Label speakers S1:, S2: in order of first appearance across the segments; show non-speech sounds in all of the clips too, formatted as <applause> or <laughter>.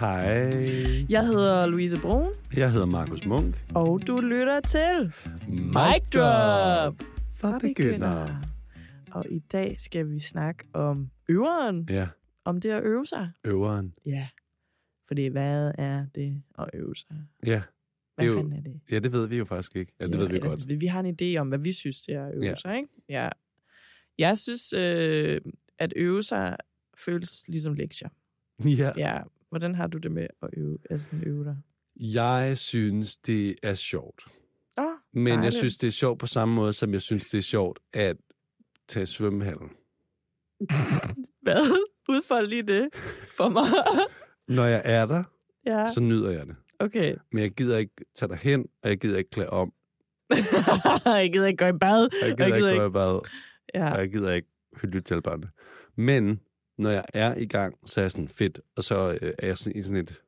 S1: Hej.
S2: Jeg hedder Louise Brun,
S1: Jeg hedder Markus Munk.
S2: og du lytter til
S1: Mic For begyndere.
S2: Og i dag skal vi snakke om øveren,
S1: Ja,
S2: om det at øve sig.
S1: øveren.
S2: Ja. Fordi hvad er det at øve sig?
S1: Ja. Det
S2: Hvad
S1: er jo-
S2: fanden er det?
S1: ja, det ved vi jo faktisk ikke. Ja, det ved vi
S2: eller
S1: godt.
S2: Vi, vi har en idé om, hvad vi synes, det er at øve
S1: Ja.
S2: ja. sig, ikke? Ja. Jeg synes, øh, at øve sig føles ligesom lektier.
S1: Ja.
S2: Ja. Hvordan har du det med at øve, altså sådan øve dig?
S1: Jeg synes, det er sjovt.
S2: Åh,
S1: Men jeg
S2: Dejligt.
S1: synes, det er sjovt på samme måde, som jeg synes, det er sjovt at tage i svømmehallen.
S2: hvad? Udfold lige det for mig.
S1: Når jeg er der,
S2: <laughs> ja,
S1: så nyder jeg det.
S2: okay.
S1: Men jeg gider ikke tage dig hen, og jeg gider ikke klæde om.
S2: <laughs> jeg gider ikke gå i bad.
S1: Og jeg gider, jeg gider ikke gå i bad.
S2: Ja.
S1: og jeg gider ikke lytte til børnene. Men når jeg er i gang, så er jeg sådan fedt, og så øh, er jeg sådan i sådan et...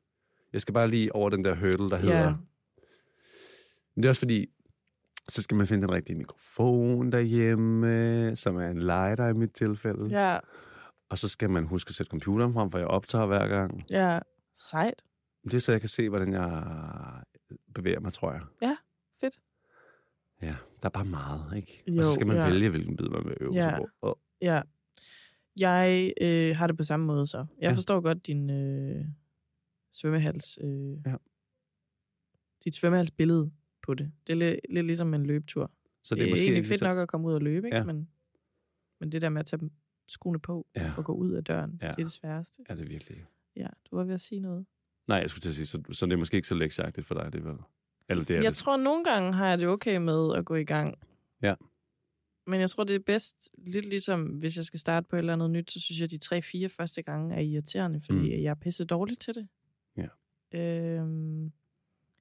S1: Jeg skal bare lige over den der hurdle, der hedder...
S2: Ja.
S1: Men det er også fordi, så skal man finde den rigtige mikrofon derhjemme, som er en lighter i mit tilfælde.
S2: ja,
S1: Og så skal man huske at sætte computeren frem, for jeg optager hver gang.
S2: ja. Sejt.
S1: Det er så, jeg kan se, hvordan jeg øh, bevæger mig, tror jeg.
S2: Ja, fedt.
S1: Ja, der er bare meget, ikke?
S2: Jo,
S1: og så skal man
S2: ja.
S1: vælge, hvilken bid man vil øve sig
S2: Ja.
S1: på. Og,
S2: Ja. Jeg øh, har det på samme måde så. Jeg
S1: Ja.
S2: ja. forstår godt din øh, svømmehals... Øh,
S1: Ja.
S2: Dit svømmehalsbillede på det. Det er lidt, lidt ligesom en løbetur.
S1: så
S2: det er
S1: måske
S2: egentlig
S1: ikke
S2: fedt
S1: så-
S2: nok at komme ud og løbe, ikke?
S1: Ja.
S2: Men, men det der med at tage skoene på
S1: Ja.
S2: og gå ud af døren,
S1: Ja.
S2: ja. det er det sværeste.
S1: Ja, det er virkelig
S2: Ja, du var ved at sige noget.
S1: Nej, jeg skulle til at sige, så, så det er måske ikke så lektiagtigt for dig alligevel. Eller det er
S2: Jeg
S1: det.
S2: tror, nogle gange har jeg det okay med at gå i gang.
S1: Ja.
S2: Men jeg tror, det er bedst, lidt ligesom hvis jeg skal starte på et eller andet nyt, så synes jeg, de tre-fire første gange er irriterende, fordi mm. jeg er pisse dårlig til det. Ja. Øhm,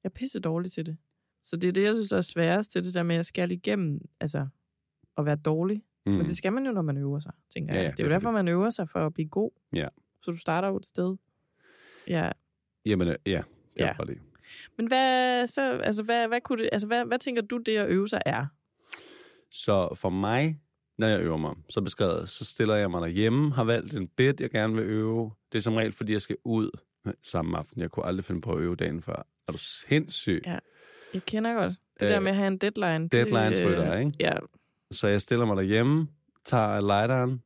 S2: jeg er pisse dårlig til det. Så det er det, jeg synes, der er sværest til det der med, at jeg skal igennem, altså at være dårlig.
S1: mm.
S2: Men det skal man jo, når man øver sig, tænker
S1: Ja,
S2: jeg.
S1: ja,
S2: det er
S1: det
S2: jo
S1: er
S2: derfor, man øver sig for at blive god.
S1: Ja.
S2: Så du starter jo et sted. Ja.
S1: Jamen, øh, ja. Det
S2: Ja.
S1: er ja.
S2: Men hvad, så, altså, hvad, hvad, kunne det, altså, hvad, hvad tænker du, det at øve sig er?
S1: Så for mig, når jeg øver mig, så beskrevet, så stiller jeg mig derhjemme, har valgt en bed, jeg gerne vil øve. Det er som regel, fordi jeg skal ud samme aften. Jeg kunne aldrig finde på at øve dagen før. Er du sindssyg?
S2: Ja. Jeg kender godt. Det øh, der
S1: Øh,
S2: med at have en deadline. det,
S1: Deadlines rytter, ikke?
S2: Ja,
S1: Så jeg stiller mig derhjemme, tager lighteren.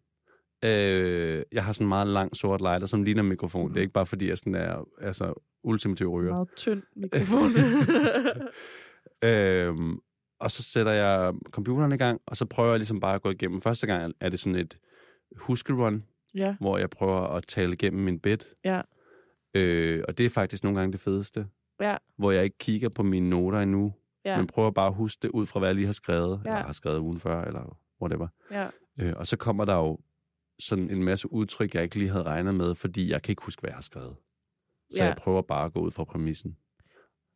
S1: Øh, jeg har sådan en meget lang sort lighter, som ligner en mikrofon. Det er ikke bare, fordi jeg sådan er altså, ultimativ ryger.
S2: meget
S1: <laughs>
S2: tynd mikrofon. <laughs>
S1: Øhm, og så sætter jeg computeren i gang, og så prøver jeg ligesom bare at gå igennem. Første gang er det sådan et huskerun,
S2: ja,
S1: hvor jeg prøver at tale igennem min bed.
S2: Ja.
S1: Øh, og det er faktisk nogle gange det fedeste.
S2: Ja.
S1: Hvor jeg ikke kigger på mine noter endnu, ja.
S2: ja,
S1: men prøver bare at huske det ud fra, hvad jeg lige har skrevet, ja.
S2: Ja.
S1: eller har skrevet ugen før, eller whatever.
S2: ja.
S1: Øh, og så kommer der jo sådan en masse udtryk, jeg ikke lige havde regnet med, fordi jeg kan ikke huske, hvad jeg har skrevet. Så
S2: Ja.
S1: jeg prøver bare at gå ud fra præmissen.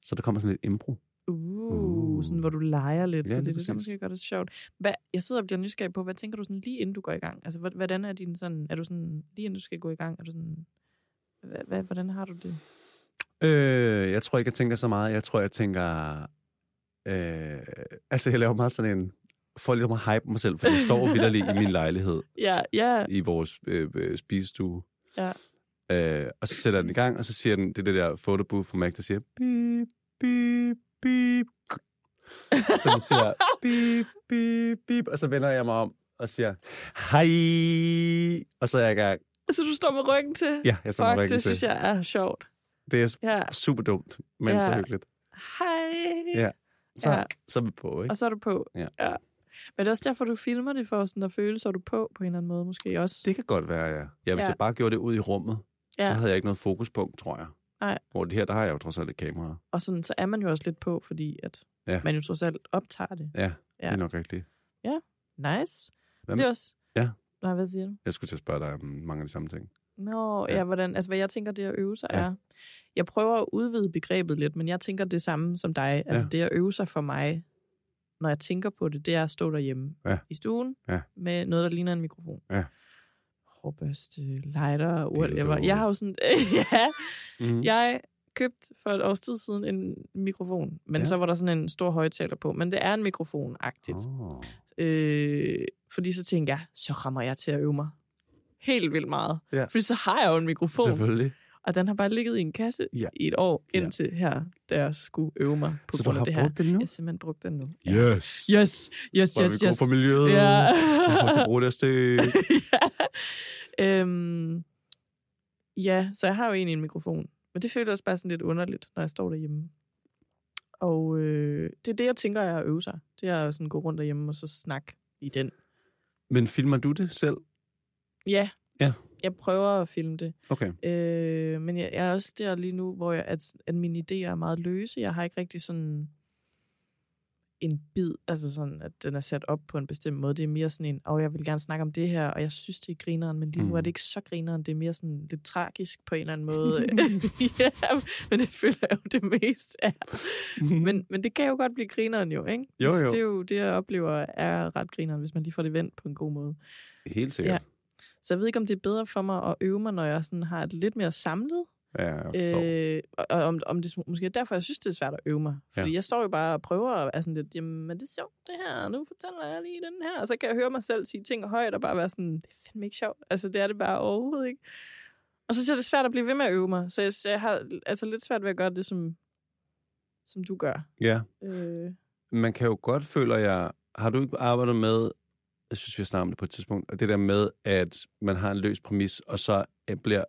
S1: Så der kommer sådan lidt impro.
S2: Uh, sådan hvor du leger lidt, ja,
S1: Ja,
S2: så det er
S1: lige
S2: det, der
S1: præcis.
S2: måske gør det sjovt. Hvad, jeg sidder og bliver nysgerrig på, hvad tænker du sådan lige inden du går i gang? Altså, hvor- hvordan er din sådan, er du sådan, lige inden du skal gå i gang, er du sådan, hvad, hvad, hvordan har du det?
S1: Øh, jeg tror ikke, jeg tænker så meget. Jeg tror, jeg tænker... Øh, altså, jeg laver meget sådan en... For ligesom at hype mig selv, for jeg står vidderlig i min lejlighed,
S2: Ja, <laughs> ja,
S1: i vores øh, øh, spisestue.
S2: Ja.
S1: Øh, og så sætter jeg den i gang, og så siger den, det er det der fotobooth fra Mac, der siger, bip, bip, bip. Så den
S2: <laughs>
S1: siger, bip, bip, bip, og så vender jeg mig om og siger, hej, og så er jeg i gang.
S2: så du står med ryggen til?
S1: Ja, jeg står
S2: Fuck,
S1: med
S2: det
S1: ryggen
S2: synes
S1: til.
S2: jeg er sjovt.
S1: Det er
S2: Ja,
S1: super dumt, men
S2: Ja.
S1: så hyggeligt.
S2: hej.
S1: Ja. Så, ja.
S2: Ja.
S1: så er vi på, ikke?
S2: Og så er du på.
S1: Ja.
S2: ja. Men det er også derfor, du filmer det for sådan at føle, så er du på på en eller anden måde måske også.
S1: Det kan godt være, ja. ja hvis ja.
S2: Ja.
S1: jeg bare gjorde det ud i rummet, ja. så
S2: Ja.
S1: havde jeg ikke noget fokuspunkt, tror jeg.
S2: Nej.
S1: Hvor det her, der har jeg jo trods alt et kamera.
S2: Og sådan, så er man jo også lidt på, fordi at
S1: Ja.
S2: ja. man jo trods alt optager det.
S1: Ja, ja.
S2: Ja.
S1: det er nok rigtigt.
S2: Nice.
S1: Hvad
S2: det
S1: med-
S2: er også...
S1: Ja.
S2: Nej, hvad siger du?
S1: Jeg skulle til at spørge dig om mange af de samme ting.
S2: Nå, ja.
S1: Ja.
S2: ja, hvordan... Altså, hvad jeg tænker, det at øve sig
S1: Ja.
S2: ja. er... Jeg prøver at udvide begrebet lidt, men jeg tænker det samme som dig. Altså,
S1: Ja.
S2: det at øve sig for mig, når jeg tænker på det, det er at stå derhjemme
S1: Ja.
S2: i stuen
S1: Ja.
S2: med noget, der ligner en mikrofon.
S1: Ja.
S2: Råbørste, lighter, whatever.
S1: Dildo.
S2: Jeg har jo sådan... <laughs> ja,
S1: Mm.
S2: Jeg købte for et års tid siden en mikrofon, men
S1: Ja.
S2: ja. så var der sådan en stor højtaler på. Men det er en mikrofon-agtigt. Oh.
S1: Oh.
S2: Øh, fordi så tænkte jeg, så kommer jeg til at øve mig helt vildt meget.
S1: Ja.
S2: Fordi så har jeg jo en mikrofon.
S1: Selvfølgelig.
S2: Og den har bare ligget i en kasse
S1: Ja.
S2: ja. i et år,
S1: Ja.
S2: indtil her, da jeg skulle øve mig på
S1: Så du
S2: grund af
S1: har
S2: det her.
S1: brugt den nu?
S2: Jeg har simpelthen brugt den nu. Ja.
S1: Yes.
S2: Yes, yes,
S1: Hvor er
S2: yes,
S1: vi
S2: yes.
S1: gode for miljøet.
S2: Ja.
S1: <laughs> Hvorfor til bruge det
S2: <laughs>
S1: stykke?
S2: ja. Øhm, ja, så jeg har jo egentlig en mikrofon. Men det føles også bare sådan lidt underligt, når jeg står derhjemme. Og øh, det er det, jeg tænker, jeg er at øve sig. Det er at sådan gå rundt derhjemme og så snakke i den.
S1: Men filmer du det selv?
S2: Ja.
S1: Ja.
S2: Jeg prøver at filme det. <laughs>
S1: Okay.
S2: Øh, men jeg, jeg er også der lige nu, hvor jeg, at, at mine idéer er meget løse. Jeg har ikke rigtig sådan en bid, altså sådan, at den er sat op på en bestemt måde. Det er mere sådan en, åh, jeg vil gerne snakke om det her, og jeg synes, det er grineren, men lige nu
S1: Mm.
S2: er det ikke så grineren. Det er mere sådan lidt tragisk på en eller anden
S1: <laughs>
S2: måde. <laughs> ja, men det føler jeg jo det mest er. Men, men det kan jo godt blive grineren jo, ikke?
S1: Mm.
S2: Altså,
S1: Jo, jo.
S2: Det er jo det, jeg oplever er ret grineren, hvis man lige får det vendt på en god måde.
S1: Helt sikkert.
S2: Så jeg ved ikke, om det er bedre for mig at øve mig, når jeg sådan har et lidt mere samlet
S1: Ja, jeg forstår.
S2: Øh, og, og om, om det måske er derfor, jeg synes, det er svært at øve mig. Fordi
S1: Ja.
S2: ja. jeg står jo bare og prøver at være sådan lidt, jamen er det sjovt det her, nu fortæller jeg lige den her. Og så kan jeg høre mig selv sige ting højt og bare være sådan, det er fandme ikke sjovt. Altså det er det bare overhovedet ikke. Og så synes jeg, det er svært at blive ved med at øve mig. Så jeg, så jeg har altså lidt svært ved at gøre det, som, som du gør.
S1: Ja.
S2: Øh,
S1: man kan jo godt, føler jeg, har du ikke arbejdet med, jeg synes, vi har snakket om det på et tidspunkt, og det der med, at man har en løs præmis, og så øh, bliver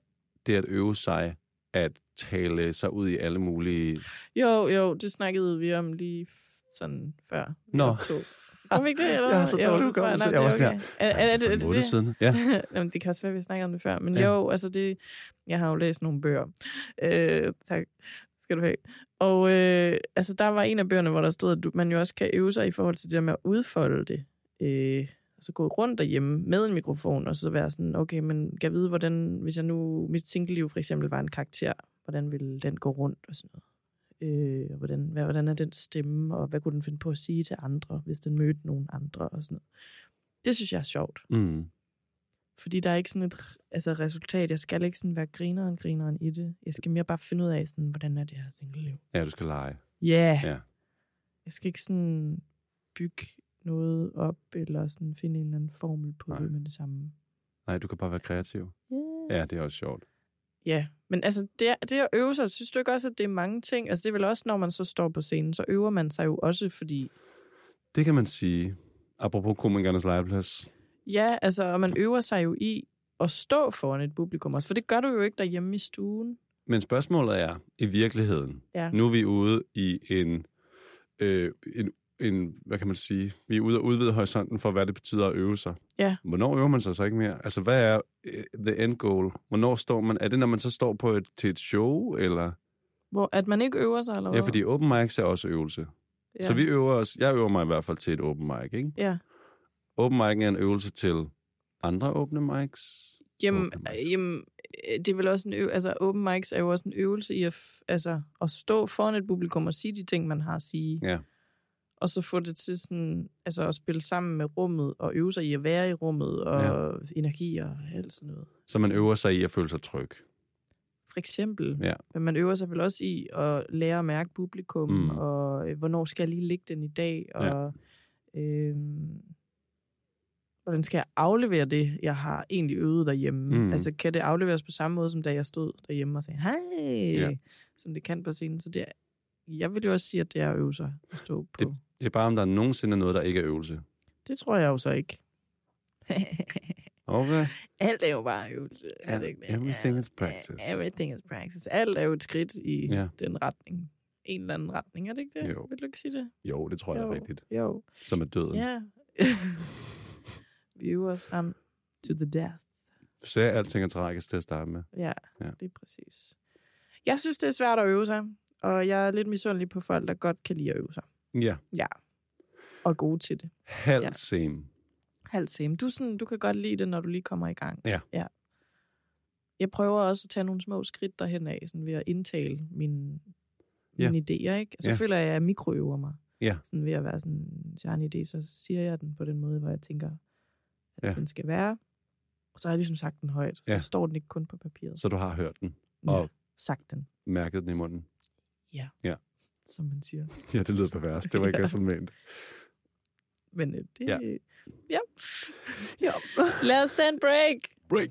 S1: det at øve sig at tale sig ud i alle mulige...
S2: jo, jo, det snakkede vi om lige f- sådan før. vi
S1: Nå.
S2: optog. Kom ikke det, eller?
S1: <laughs> Jeg har så
S2: Jo,
S1: dårlig
S2: det tror
S1: hukommelse.
S2: nok,
S1: Jeg var
S2: det er
S1: sådan
S2: okay. Er- er- er det-
S1: For
S2: er
S1: en
S2: det
S1: måned
S2: det?
S1: siden. Ja.
S2: <laughs> Jamen, det kan også være, at vi snakker om det før. Men
S1: Ja.
S2: ja. jo, altså det... Jeg har jo læst nogle bøger. Øh, tak skal du have. Og øh, altså, der var en af bøgerne, hvor der stod, at du, man jo også kan øve sig i forhold til det der med at udfolde det. Øh, altså gå rundt derhjemme med en mikrofon, og så være sådan, okay, men kan jeg vide, hvordan, hvis jeg nu, mit singleliv for eksempel var en karakter, hvordan ville den gå rundt og sådan noget? Øh, og hvordan, hvad, hvordan er den stemme, og hvad kunne den finde på at sige til andre, hvis den mødte nogen andre og sådan noget. Det synes jeg er sjovt.
S1: Mm.
S2: Fordi der er ikke sådan et altså, resultat. Jeg skal ikke sådan være grineren, grineren i det. Jeg skal mere bare finde ud af, sådan, hvordan er det her single-liv.
S1: Ja, du skal lege.
S2: Ja.
S1: Ja.
S2: Jeg skal ikke sådan bygge noget op, eller sådan finde en eller anden formel på
S1: Nej.
S2: Nej. det med det samme.
S1: Nej, du kan bare være kreativ.
S2: Yeah.
S1: Ja, det er også sjovt.
S2: Ja, men altså det, er- det at øve sig, synes du ikke også, at det er mange ting? Altså det er vel også, når man så står på scenen, så øver man sig jo også, fordi
S1: Det kan man sige. Apropos komikernes legeplads.
S2: ja, altså og man øver sig jo i at stå foran et publikum også, for det gør du jo ikke derhjemme i stuen.
S1: Men spørgsmålet er, i virkeligheden,
S2: Ja.
S1: nu er vi ude i en, øh, en, en, hvad kan man sige, vi er ude og udvide horisonten for, hvad det betyder at øve sig.
S2: Ja.
S1: Hvornår øver man sig så ikke mere? Altså, hvad er øh, the end goal? Hvornår står man? Er det, når man så står på et, til et show, eller?
S2: Hvor, at man ikke øver sig, eller hvad?
S1: Ja, fordi open mics er også øvelse. Ja. Så vi øver os, jeg øver mig i hvert fald til et open mic, ikke?
S2: Ja.
S1: Open mic er en øvelse til andre åbne mics.
S2: Jamen,
S1: Open mics.
S2: øh, jamen øh, det er vel også en øvelse, altså open mics er jo også en øvelse i at, f- altså, at stå foran et publikum og sige de ting, man har at sige.
S1: Ja.
S2: Og så få det til sådan, altså at spille sammen med rummet, og øve sig i at være i rummet, og ja. energi og alt sådan noget.
S1: Så man øver sig i at føle sig tryg.
S2: For eksempel.
S1: Ja.
S2: Men man øver sig vel også i at lære at mærke publikum,
S1: Mm.
S2: mm. og øh, hvornår skal jeg lige ligge den i dag,
S1: Ja.
S2: og øhm, hvordan skal jeg aflevere det, jeg har egentlig øvet derhjemme.
S1: Mm.
S2: Mm. Altså kan det afleveres på samme måde, som da jeg stod derhjemme og sagde, hej,
S1: Ja.
S2: ja. som det kan på scenen. Så det er, jeg vil jo også sige, at det er at øve sig at stå på. Det,
S1: Det er bare, om der nogensinde er noget, der ikke er øvelse.
S2: det tror jeg jo så ikke. <laughs>
S1: Okay.
S2: Alt er jo bare øvelse. er
S1: Ja,
S2: det ikke det?
S1: everything
S2: Ja,
S1: is practice.
S2: ja, Everything is practice. Alt er jo et skridt i
S1: Ja.
S2: ja. den retning. En eller anden retning, er det ikke det?
S1: Jo.
S2: Vil du ikke sige det?
S1: Jo, det tror jeg er
S2: Jo.
S1: rigtigt.
S2: Jo.
S1: Som er døden.
S2: Ja. <laughs> Vi øver os frem to the death.
S1: Så er alting er tragisk til at starte med.
S2: Ja,
S1: Ja.
S2: ja, det er præcis. Jeg synes, det er svært at øve sig, og jeg er lidt misundelig på folk, der godt kan lide at øve sig.
S1: Ja.
S2: Og er gode til det.
S1: Halv ja.
S2: Ja.
S1: same.
S2: Halv same. Du, er sådan, du kan godt lide det, når du lige kommer i gang.
S1: Ja.
S2: ja. Jeg prøver også at tage nogle små skridt derhen af, sådan ved at indtale mine,
S1: Ja.
S2: ja. mine idéer. Ikke? Og så
S1: Ja.
S2: ja. føler jeg, at jeg mikroøver mig.
S1: Ja.
S2: Sådan ved at være sådan, hvis jeg har en idé, så siger jeg den på den måde, hvor jeg tænker, at
S1: Ja.
S2: ja. den skal være. Og så har jeg ligesom sagt den højt. Så
S1: Ja.
S2: ja. står den ikke kun på papiret.
S1: Så du har hørt den
S2: Ja.
S1: og-
S2: Sagt den,
S1: mærket den i munden.
S2: som man siger.
S1: Ja, det lyder pervers. Det var ikke
S2: Ja.
S1: sådan ment.
S2: Men øh, det... Ja.
S1: Ja.
S2: ja.
S1: Ja.
S2: Lad os tage en break.
S1: Break.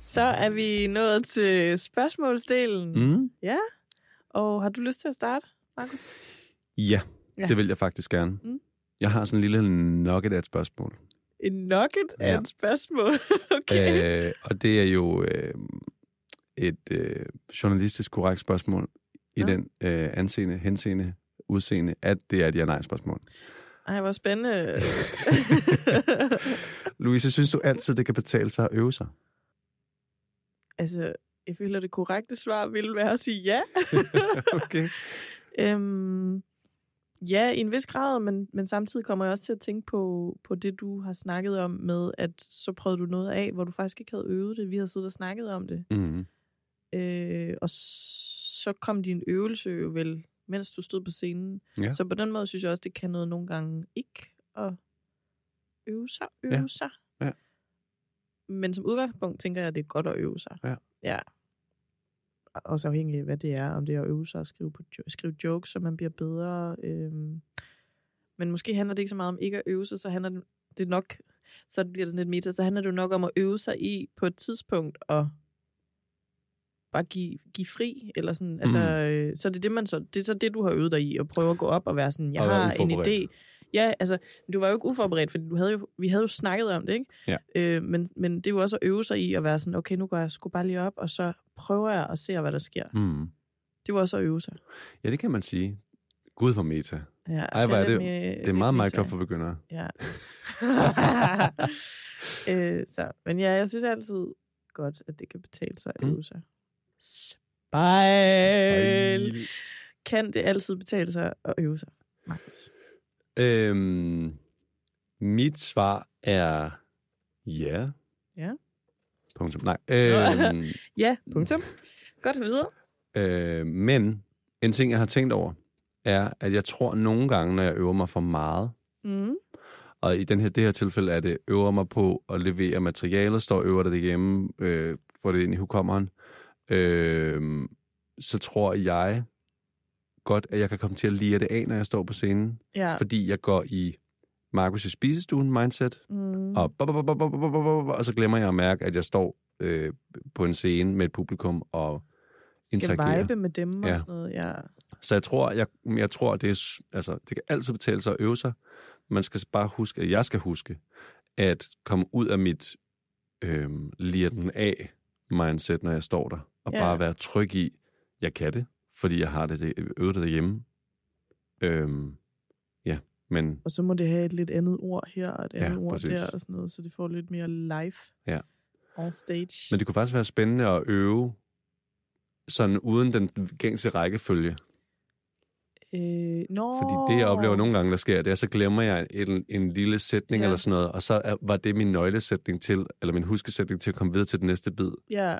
S2: Så er vi nået til spørgsmålsdelen.
S1: Mm.
S2: Ja. Og har du lyst til at starte, Markus?
S1: Ja,
S2: Ja.
S1: ja, det vil jeg faktisk gerne.
S2: Mm.
S1: Mm. Jeg har sådan en lille nugget af et spørgsmål.
S2: En nugget ja.
S1: Ja.
S2: af et spørgsmål. <laughs> okay. Øh.
S1: Øh, og det er jo øh, et øh, journalistisk korrekt spørgsmål i
S2: Nå.
S1: den øh, anseende, henseende, udseende, at det er et ja-nej-spørgsmål.
S2: Ej, hvor <laughs> spændende.
S1: Louise, synes du altid, det kan betale sig at øve sig? <laughs>
S2: altså, jeg føler, det korrekte svar ville være at sige <laughs> ja.
S1: Okay.
S2: Øhm, ja, i en vis grad, men, men samtidig kommer jeg også til at tænke på, på det, du har snakket om med, at så prøvede du noget af, hvor du faktisk ikke havde øvet det. Vi havde siddet og snakket om det.
S1: Mm.
S2: Øh, og så kom din øvelse jo vel, mens du stod på scenen.
S1: Ja.
S2: Så på den måde synes jeg også, det kan noget nogle gange ikke at øve sig. Øve
S1: Ja.
S2: sig.
S1: Ja.
S2: Men som udgangspunkt tænker jeg, at det er godt at øve sig.
S1: Ja.
S2: ja. Og- Også afhængig af, hvad det er. Om det er at øve sig at skrive, på jo- skrive jokes, så man bliver bedre. Øhm. Men måske handler det ikke så meget om ikke at øve sig, så handler det- det nok, så bliver det sådan lidt meta, så handler det jo nok om at øve sig i på et tidspunkt og bare give, give fri, eller sådan, altså,
S1: Mm.
S2: øh, så er det det, man så, det er så det, du har øvet dig i, at prøve at gå op og være sådan, jeg
S1: Og være
S2: har en
S1: uforberedt.
S2: idé. Ja, altså, men du var jo ikke uforberedt, for du havde jo, vi havde jo snakket om det, ikke?
S1: Ja.
S2: Øh, men, men det er jo også at øve sig i at være sådan, okay, nu går jeg sgu bare lige op, og så prøver jeg og ser, hvad der sker.
S1: Mm.
S2: Det var også at øve sig.
S1: Ja, det kan man sige. Gud for meta.
S2: Ja,
S1: hvor er det-
S2: mere,
S1: Det er meget Minecraft for begyndere.
S2: øh, Ja. <laughs> øh, så, men ja, jeg synes altid godt, at det kan betale sig at
S1: Mm.
S2: øve sig. Spejl. Kan det altid betale sig at øve sig, Markus?
S1: Øhm, mit svar er ja.
S2: Ja.
S1: Punktum. Nej.
S2: <laughs>
S1: Øhm,
S2: Ja, punktum. Godt videre.
S1: øh, men en ting, jeg har tænkt over, er, at jeg tror nogle gange, når jeg øver mig for meget,
S2: Mm.
S1: og i den her, det her tilfælde er det, øver mig på at levere materialet, står og øver det derhjemme, øh, får det ind i hukommeren, øh, så tror jeg godt, at jeg kan komme til at lire det af, når jeg står på scenen,
S2: Ja.
S1: ja. fordi jeg går i Markus' spisestuen mindset,
S2: Mm.
S1: og, bop, bop, bop, bop, bop, bop, bop, og så glemmer jeg at mærke, at jeg står øh, på en scene med et publikum. Og,
S2: Skal
S1: interagere.
S2: vibe med dem og
S1: Ja.
S2: sådan noget. Ja.
S1: så jeg tror, jeg, jeg tror det, er, s- altså, det kan altid betale sig at øve sig. Man skal bare huske, at jeg skal huske, at komme ud af mit øh, lier den af mindset, når jeg står der. Og
S2: Ja.
S1: ja. bare være tryg i, jeg kan det, fordi jeg har det, det øvet det derhjemme. Øhm, ja, men
S2: Og så må det have et lidt andet ord her, og et
S1: Ja,
S2: andet ord
S1: præcis.
S2: der og sådan noget, så det får lidt mere live
S1: Ja.
S2: on stage.
S1: Men det kunne faktisk være spændende at øve sådan uden den gængse rækkefølge.
S2: Øh, no.
S1: Fordi det, jeg oplever nogle gange, der sker, det er, så glemmer jeg en, en lille sætning
S2: Ja.
S1: ja. eller sådan noget, og så er, var det min nøglesætning til, eller min huskesætning til at komme videre til den næste bid.
S2: Ja,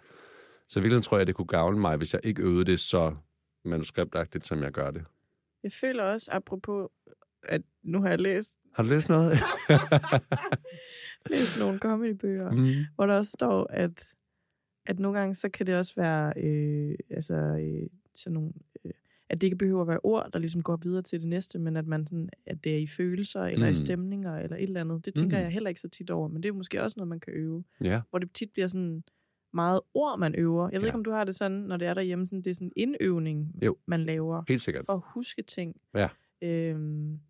S1: Så i virkeligheden tror jeg, det kunne gavne mig, hvis jeg ikke øvede det så manuskriptagtigt, som jeg gør det.
S2: jeg føler også, apropos, at nu har jeg læst,
S1: Har du læst noget?
S2: læst nogle comedybøger, mm.
S1: mm.
S2: hvor der også står, at, at nogle gange, så kan det også være, øh, altså, øh, sådan nogle, øh, at det ikke behøver at være ord, der ligesom går videre til det næste, men at, man sådan, at det er i følelser, eller mm. i
S1: Mm.
S2: stemninger, eller et eller andet. Det tænker mm.
S1: Mm.
S2: jeg heller ikke så tit over, men det er måske også noget, man kan øve.
S1: Ja.
S2: hvor det tit bliver sådan meget ord, man øver. Jeg ved
S1: Ja.
S2: ikke, om du har det sådan, når det er derhjemme, sådan, det er sådan en indøvning,
S1: Jo.
S2: man laver
S1: Helt sikkert.
S2: for at huske ting.
S1: Ja.
S2: Øhm,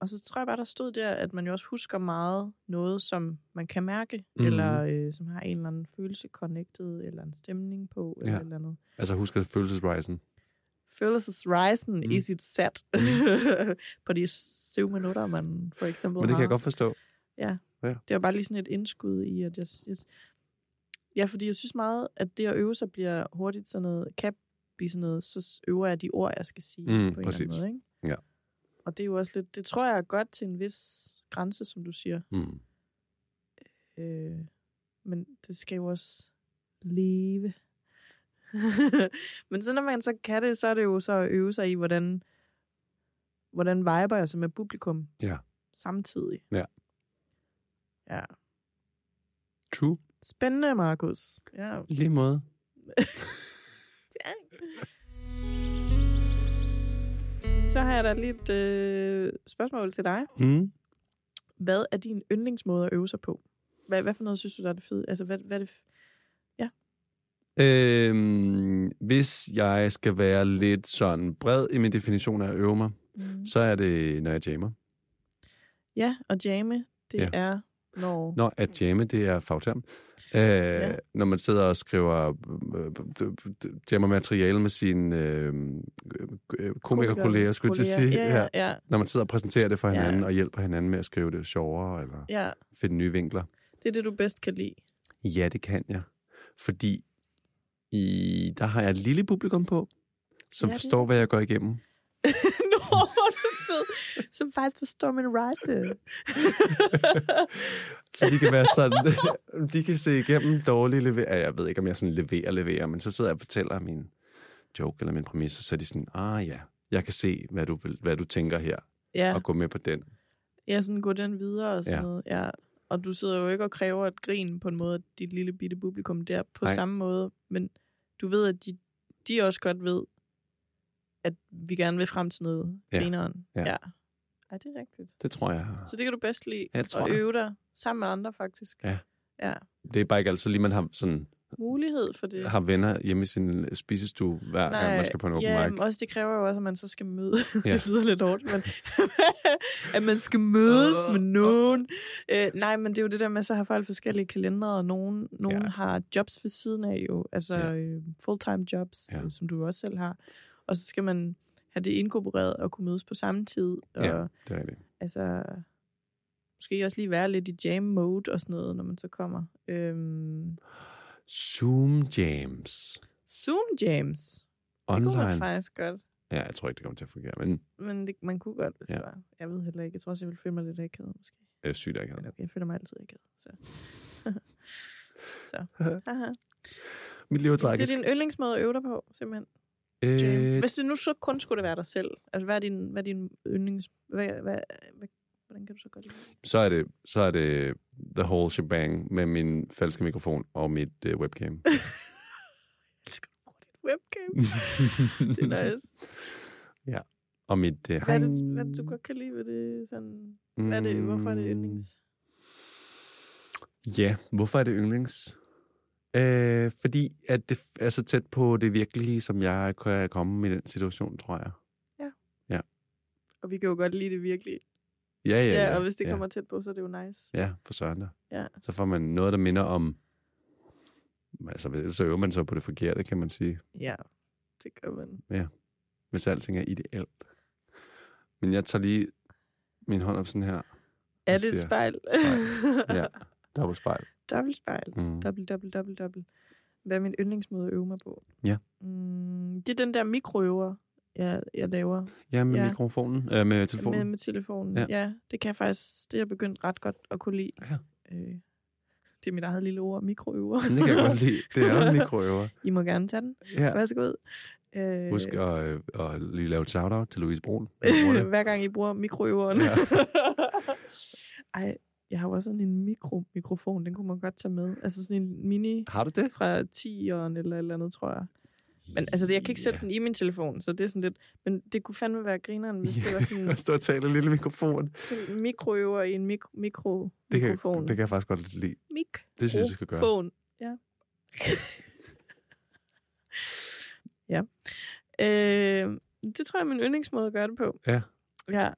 S2: og så tror jeg bare, der stod der, at man jo også husker meget noget, som man kan mærke, mm.
S1: Mhm.
S2: eller øh, som har en eller anden følelse connected, eller en stemning på, eller
S1: Ja.
S2: et eller andet.
S1: Altså husk at følelsesrejsen.
S2: Følelsesrejsen mm.
S1: Mm.
S2: i sit sat <laughs> på de syv minutter, man for eksempel
S1: Mhm. Men det kan
S2: har.
S1: jeg godt forstå.
S2: Det var bare lige sådan et indskud i, at jeg... jeg ja, fordi jeg synes meget, at det at øve sig bliver hurtigt sådan noget... Kan blive sådan noget, så øver jeg de ord, jeg skal sige mm, på en præcis. eller anden
S1: præcis.
S2: måde, ikke?
S1: Ja.
S2: Og det er jo også lidt... Det tror jeg er godt til en vis grænse, som du siger.
S1: Mm.
S2: Øh, men det skal jo også leve. <laughs> men så når man så kan det, så er det jo så at øve sig i, hvordan, hvordan viber jeg så med publikum
S1: Ja.
S2: samtidig.
S1: Ja.
S2: Ja.
S1: True.
S2: Spændende, Markus. Ja.
S1: I Lige måde.
S2: Så har jeg da lige et øh, spørgsmål til dig.
S1: <laughs> Mm.
S2: Hvad er din yndlingsmåde at øve sig på? Hvad, hvad for noget synes du, der er det fede? Altså, hvad, hvad er det, f-
S1: Øhm, hvis jeg skal være lidt sådan bred i min definition af at øve mig,
S2: Mm.
S1: så er det, når jeg jammer.
S2: Ja, og jamme, det
S1: Ja.
S2: ja. er, når...
S1: Når at jamme, det er fagterm. Øh, ja. Når man sidder og skriver øh, øh, øh, jammer materiale med sine øh, øh, komikerkolleger, skulle jeg til at sige.
S2: Kolleger. Ja, ja, ja.
S1: Når man sidder og præsenterer det for
S2: Ja.
S1: hinanden, ja. og hjælper hinanden med at skrive det sjovere, eller
S2: ja.
S1: finde nye vinkler.
S2: Det er det, du bedst kan lide.
S1: Ja, det kan jeg. Fordi i, der har jeg et lille publikum på, som
S2: Ja,
S1: ja,
S2: det-
S1: forstår, hvad jeg går igennem.
S2: Nå, hvor er du sød. Som faktisk forstår min rejse.
S1: <laughs> Så de kan være sådan, <laughs> de kan se igennem dårlige leverer. Jeg ved ikke, om jeg sådan leverer, leverer, men så sidder jeg og fortæller min joke eller min præmis, og så er de sådan, ah ja, jeg kan se, hvad du, vil, hvad du tænker her, ja.
S2: ja,
S1: og gå med på den.
S2: ja, sådan gå den videre og sådan
S1: Ja.
S2: ja. noget. Ja. Og du sidder jo ikke og kræver et grin på en måde, at dit lille bitte publikum der på
S1: Nej.
S2: Nej. samme måde. Men du ved, at de, de også godt ved, at vi gerne vil frem til noget
S1: Ja.
S2: grineren.
S1: Ja.
S2: ja. Ej, det er rigtigt.
S1: Det tror jeg.
S2: Så det kan du bedst lide
S1: Ja, det tror
S2: at
S1: jeg.
S2: øve dig sammen med andre faktisk.
S1: Ja.
S2: ja.
S1: Det er bare ikke altid lige, man har, sådan,
S2: Mulighed for det.
S1: har venner hjemme i sin øh, spisestue, hver Nej, gang man skal på en open
S2: ja,
S1: ja, mic.
S2: men også det kræver jo også, at man så skal møde.
S1: Ja.
S2: <laughs> det lyder lidt hårdt, men at man skal mødes med nogen. Øh, nej, men det er jo det der med, så har folk forskellige kalendere, og nogen, nogen
S1: Ja.
S2: ja. har jobs ved siden af jo, altså
S1: Ja.
S2: ja. fulltime jobs,
S1: Ja.
S2: ja. som du også selv har. Og så skal man have det inkorporeret og kunne mødes på samme tid. Og
S1: Ja. Det er rigtigt.
S2: altså, måske også lige være lidt i jam mode og sådan noget, når man så kommer. Øhm,
S1: Zoom jams.
S2: Zoom jams. Det kunne man
S1: Online.
S2: faktisk godt.
S1: Ja, jeg tror ikke, det kommer til at fungere, men
S2: Men det, man kunne godt, hvis
S1: Ja.
S2: ja. det var. Jeg ved heller ikke. Jeg tror også, jeg ville føle mig lidt akavet, måske.
S1: øh, sygt akavet.
S2: Eller okay, jeg føler mig altid akavet, så. <laughs> så. Haha.
S1: Mit liv er
S2: det er
S1: tragisk.
S2: din yndlingsmåde at øve dig på, simpelthen.
S1: Øh,
S2: Hvis det nu så kun skulle det være dig selv, altså hvad er din, hvad er din yndlings... Hvad, hvad, hvad, hvordan kan du så godt lide det?
S1: så er det, så er det the whole shebang med min falske mikrofon og mit øh,
S2: <laughs>
S1: webcam.
S2: Jeg elsker du bruger dit webcam. Det
S1: <laughs>
S2: er nice.
S1: og mit... Øh,
S2: Hvad er, det, hvad er det, du godt kan lide ved det? Sådan, hvad er det, hvorfor er
S1: Mm.
S2: det yndlings?
S1: Ja, hvorfor er det yndlings? Øh, fordi at det er så tæt på det virkelige, som jeg kan komme i den situation, tror jeg.
S2: Og vi kan jo godt lide det virkelig.
S1: Ja, ja,
S2: Ja,
S1: ja.
S2: og hvis det
S1: ja,
S2: kommer tæt på, så er det jo nice.
S1: Ja, for søren da.
S2: Ja.
S1: Så får man noget, der minder om... Altså, ellers så øver man så på det forkerte, kan man sige.
S2: Ja, det gør man.
S1: Hvis alting er ideelt. Men jeg tager lige min hånd op sådan her.
S2: Er
S1: Jeg
S2: det et
S1: siger
S2: spejl?
S1: Ja, dobbelt spejl.
S2: <laughs> Dobbelt spejl.
S1: Mm.
S2: Dobbelt, dobbelt, dobbelt, dobbelt. Hvad er min yndlingsmåde at øve mig på?
S1: Ja.
S2: Mm, det er den der mikroøver, jeg, jeg laver
S1: Ja, med ja.
S2: Ja.
S1: mikrofonen. Øh, med
S2: med,
S1: telefonen.
S2: med telefonen.
S1: Ja.
S2: Ja. ja. det kan jeg faktisk, det er jeg begyndt ret godt at kunne lide.
S1: Ja.
S2: Øh, det er mit eget lille ord, mikroøver.
S1: Men <laughs> <laughs> det kan jeg godt lide. Det er
S2: <laughs>
S1: en mikroøver.
S2: I må gerne tage den.
S1: Ja.
S2: Ja. Værsgo. Øh,
S1: Husk at, øh, at lige lave et shout-out til Louise Brun.
S2: <laughs> hver gang I bruger mikroøveren.
S1: Ja.
S2: Ja. <laughs> Ej, jeg har jo også sådan en mikro-mikrofon, den kunne man godt tage med. Altså sådan en mini
S1: Har du det?
S2: fra 10'eren eller et eller andet, tror jeg. Men altså, jeg kan ikke sætte den i min telefon, så det er sådan lidt... Men det kunne fandme være grineren, hvis det var sådan,
S1: <laughs> Jeg står og taler i lille mikrofon.
S2: sådan en mikroøver i en mik mikro
S1: Det kan,
S2: mikrofon.
S1: det kan jeg faktisk godt lide.
S2: Mik
S1: Det synes jeg, du skal gøre.
S2: Fon. Ja. <laughs> ja. Øh, det tror jeg er min yndlingsmåde at gøre det på.
S1: Ja.
S2: Ja.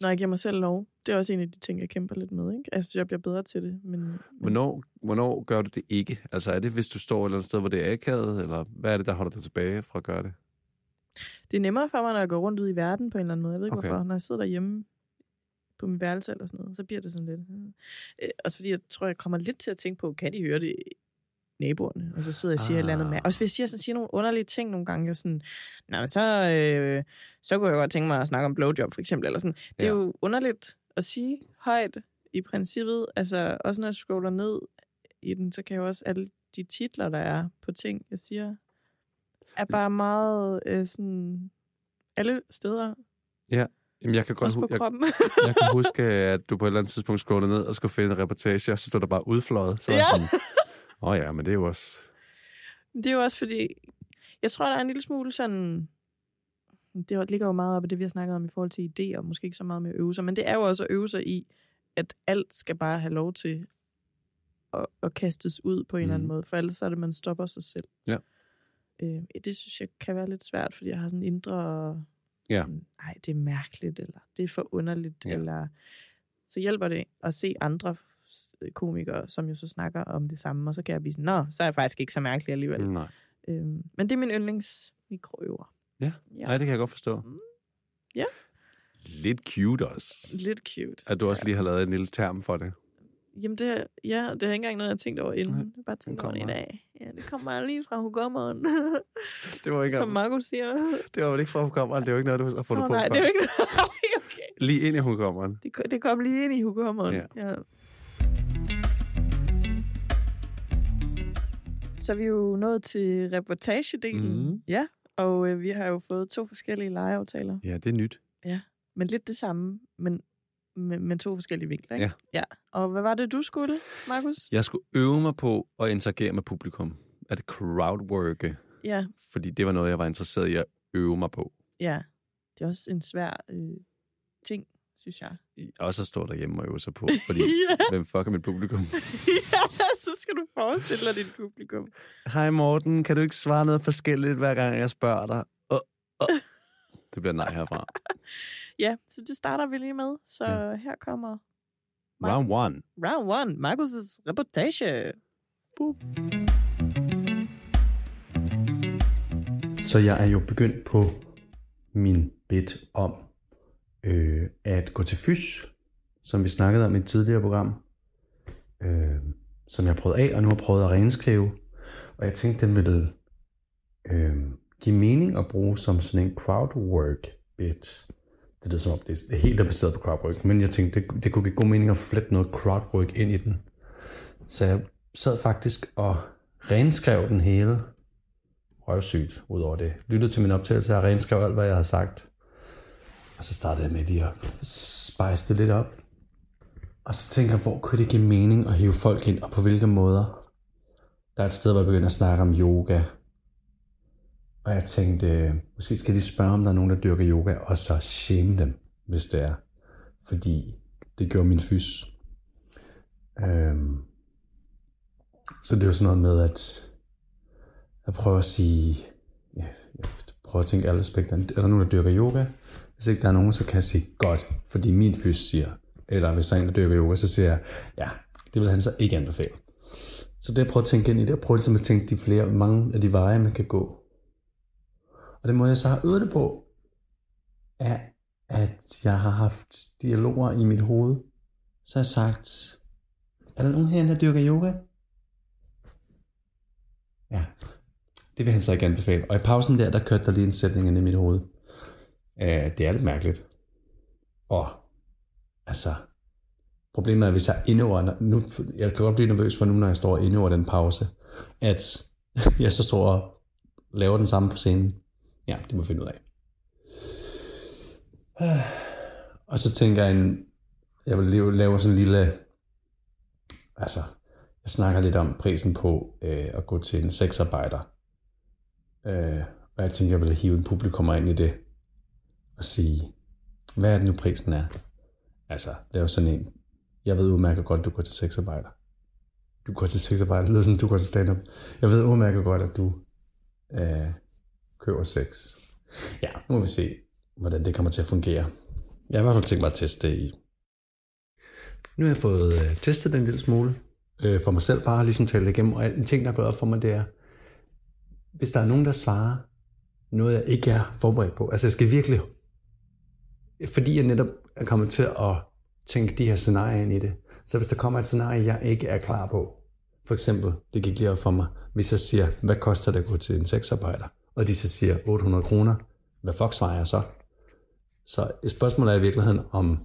S2: Når jeg giver mig selv lov. Det er også en af de ting, jeg kæmper lidt med. Ikke? Altså, jeg bliver bedre til det. Men, men
S1: Hvornår, hvornår gør du det ikke? Altså er det, hvis du står et eller andet sted, hvor det er akavet? Eller hvad er det, der holder dig tilbage fra at gøre det?
S2: Det er nemmere for mig, når jeg går rundt ud i verden på en eller anden måde. Jeg ved ikke
S1: Okay.
S2: okay. hvorfor. Når jeg sidder derhjemme på min værelse eller sådan noget, så bliver det sådan lidt. hmm. Øh, også fordi jeg tror, jeg kommer lidt til at tænke på, kan de høre det naboerne? Og så sidder jeg og siger ah. et eller andet med.
S1: Ah.
S2: Også hvis jeg sådan, siger nogle underlige ting nogle gange, jeg er sådan, nej, men så, øh, så kunne jeg godt tænke mig at snakke om blowjob for eksempel. Eller sådan. Det er
S1: Ja.
S2: ja. jo underligt at sige højt i princippet. Altså også når jeg scroller ned i den, så kan jeg jo også alle de titler, der er på ting, jeg siger, er bare meget øh, sådan alle steder,
S1: Jamen, jeg kan godt
S2: også på
S1: hu- jeg,
S2: kroppen.
S1: jeg kan huske, at du på et eller andet tidspunkt scrollede ned og skulle finde en reportage, og så stod der bare udfløjet. Så var jeg
S2: Ja.
S1: sådan, Åh oh, ja, men det er jo også...
S2: det er jo også fordi, jeg tror, der er en lille smule sådan, det ligger jo meget op i det, vi har snakket om i forhold til idéer, måske ikke så meget med at øve sig, men det er jo også at øve sig i, at alt skal bare have lov til at, at kastes ud på en eller anden
S1: Mhm.
S2: måde, for ellers er det, man stopper sig selv.
S1: Ja.
S2: Øh, det synes jeg kan være lidt svært, fordi jeg har sådan en indre...
S1: Ja.
S2: sådan, Nej, det er mærkeligt, eller det er for underligt,
S1: Ja.
S2: ja. eller... Så hjælper det at se andre s- komikere, som jo så snakker om det samme, og så kan jeg blive sådan, nå, så er jeg faktisk ikke så mærkelig alligevel. Mm.
S1: Nej.
S2: Øhm, men det er min yndlingsmikroøver.
S1: Ja.
S2: ja.
S1: Nej, det kan jeg godt forstå.
S2: Mm. Ja.
S1: Lidt cute også.
S2: Lidt cute.
S1: At du også lige har lavet en lille term for det.
S2: Jamen, det, ja, det er ikke engang noget, jeg har tænkt over inden.
S1: Nej,
S2: jeg har bare tænkt
S1: kom
S2: over det i
S1: bare.
S2: dag. Ja, det kommer lige fra
S1: <laughs>
S2: hukommeren, <laughs>
S1: Det var,
S2: som Marco siger.
S1: det var vel ikke fra hukommeren. Det var ikke noget, du har fundet
S2: Nå,
S1: på
S2: <laughs> nej,
S1: før.
S2: det er jo ikke Ej, okay.
S1: Lige ind i hukommeren.
S2: Det, ko- det kom lige ind i hukommeren.
S1: Ja.
S2: Ja. ja. Så er vi jo nået til reportagedelen.
S1: Mhm.
S2: Ja, og øh, vi har jo fået to forskellige legeaftaler.
S1: Ja, det er nyt.
S2: Men lidt det samme, men, men, men to forskellige vinkler. Ikke?
S1: Ja.
S2: ja. Og hvad var det, du skulle, Markus?
S1: Jeg skulle øve mig på at interagere med publikum. At crowdworke.
S2: Ja,
S1: Fordi det var noget, jeg var interesseret i at øve mig på.
S2: Ja, det er også en svær øh, ting, synes jeg.
S1: I- Også at stå derhjemme og øve sig på.
S2: <laughs>
S1: Fordi,
S2: ja,
S1: hvem fuck er mit publikum?
S2: ja, så skal du forestille dig dit publikum.
S1: Hej Morten, kan du ikke svare noget forskelligt, hver gang jeg spørger dig? Oh, oh. Det bliver nej herfra. <laughs>
S2: Ja, så det starter vi lige med. Så
S1: Ja.
S2: ja. her kommer Nej.
S1: Round one.
S2: round 1, Markus' reportage.
S3: Så jeg er jo begyndt på min bit om øh, at gå til fys, som vi snakkede om i et tidligere program, øh, som jeg har prøvet af, og nu har prøvet at renskrive. Og jeg tænkte, den ville øh, give mening at bruge som sådan en crowdwork bit. Det lyder som om, det er helt er baseret på crowdwork, men jeg tænkte, det, det kunne give god mening at flette noget crowdwork ind i den. Så jeg sad faktisk og renskrev den hele røvsygt ud over det. Lyttede til min optagelse og renskrev alt, hvad jeg havde sagt. Og så startede jeg med lige at spice det lidt op. Og så tænker jeg, hvor kunne det give mening at hive folk ind, og på hvilke måder? Der er et sted, hvor jeg begynder at snakke om yoga. Og jeg tænkte, øh, måske skal de spørge, om der er nogen, der dyrker yoga, og så shame dem, hvis det er. Fordi det gjorde min fys. Øhm. Så det er jo sådan noget med, at jeg prøver at sige, ja, jeg prøver at tænke alle aspekterne. Er der nogen, der dyrker yoga? Hvis ikke der er nogen, så kan jeg sige, godt, fordi min fys siger, eller hvis der er en, der dyrker yoga, så siger jeg, ja, det vil han så ikke anbefale. Så det jeg prøver at tænke ind i det, og prøver ligesom at tænke de flere, mange af de veje, man kan gå. Og det må jeg så have øvet det på, er, at jeg har haft dialoger i mit hoved. Så har jeg sagt, er der nogen herinde, der dyrker yoga? Ja, det vil han så ikke anbefale. Og i pausen der, der kørte der lige en sætning ind i mit hoved. Øh, det er lidt mærkeligt. Og altså, problemet er, hvis jeg indover, nu, jeg kan godt blive nervøs for nu, når jeg står inde over den pause, at <laughs> jeg så står og laver den samme på scenen. Ja, det må jeg finde ud af. <sighs> Øh, Og så tænker jeg, en, jeg vil lave- lave sådan en lille, altså, jeg snakker lidt om prisen på øh, at gå til en sexarbejder. Øh, og jeg tænker, jeg vil hive en publikum ind i det og sige, hvad er det nu prisen er? Altså, lave sådan en. Jeg ved udmærket godt, du går til sexarbejder. Du går til sexarbejder, det lyder som, du går til stand-up. Jeg ved udmærket godt, at du øh, køber sex. Ja, nu må vi se, hvordan det kommer til at fungere. Jeg har i hvert fald tænkt mig at teste det i. Nu har jeg fået øh, testet den en lille smule øh, for mig selv bare ligesom tale det igennem, og en ting, der er gået op for mig, det er, hvis der er nogen, der svarer noget, jeg ikke er forberedt på, altså jeg skal virkelig, fordi jeg netop er kommet til at tænke de her scenarier ind i det, så hvis der kommer et scenarie, jeg ikke er klar på, for eksempel, det gik lige op for mig, hvis jeg siger, hvad koster det at gå til en sexarbejder, og de så siger 800 kroner, hvad fuck svarer jeg så? Så et spørgsmål er i virkeligheden, om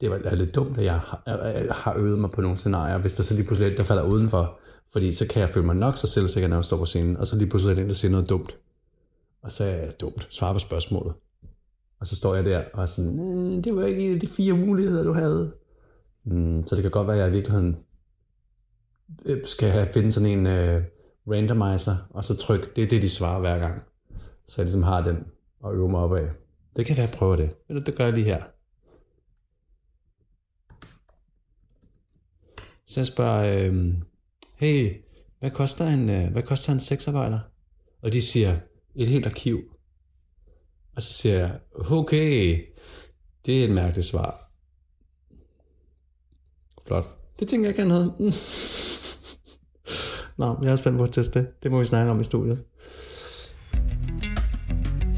S3: det var- er lidt dumt, at jeg har- har- har øvet mig på nogle scenarier, hvis der så lige pludselig er et, der falder udenfor. Fordi så kan jeg føle mig nok så selvsikker, når jeg står på scenen, og så lige pludselig er der en, der siger noget dumt. Og så er jeg dumt, svarer på spørgsmålet. Og så står jeg der og er sådan, "Øh, det var ikke en af de fire muligheder, du havde. Mm, så det kan godt være, at jeg i virkeligheden øh, skal have- finde sådan en øh, randomizer, og så trykke, det er det, de svarer hver gang. Så jeg ligesom har den og øver mig op af. Det kan være, at jeg prøver det. Eller det gør jeg lige her. Så jeg spørger, øh, hey, hvad koster, en, øh, hvad koster en sexarbejder? Og de siger, et helt arkiv. Og så siger jeg, okay, det er et mærkeligt svar. Flot. Det tænker jeg gerne havde. <laughs> Mm. Nå, jeg er spændt på at teste det. Det må vi snakke om i studiet.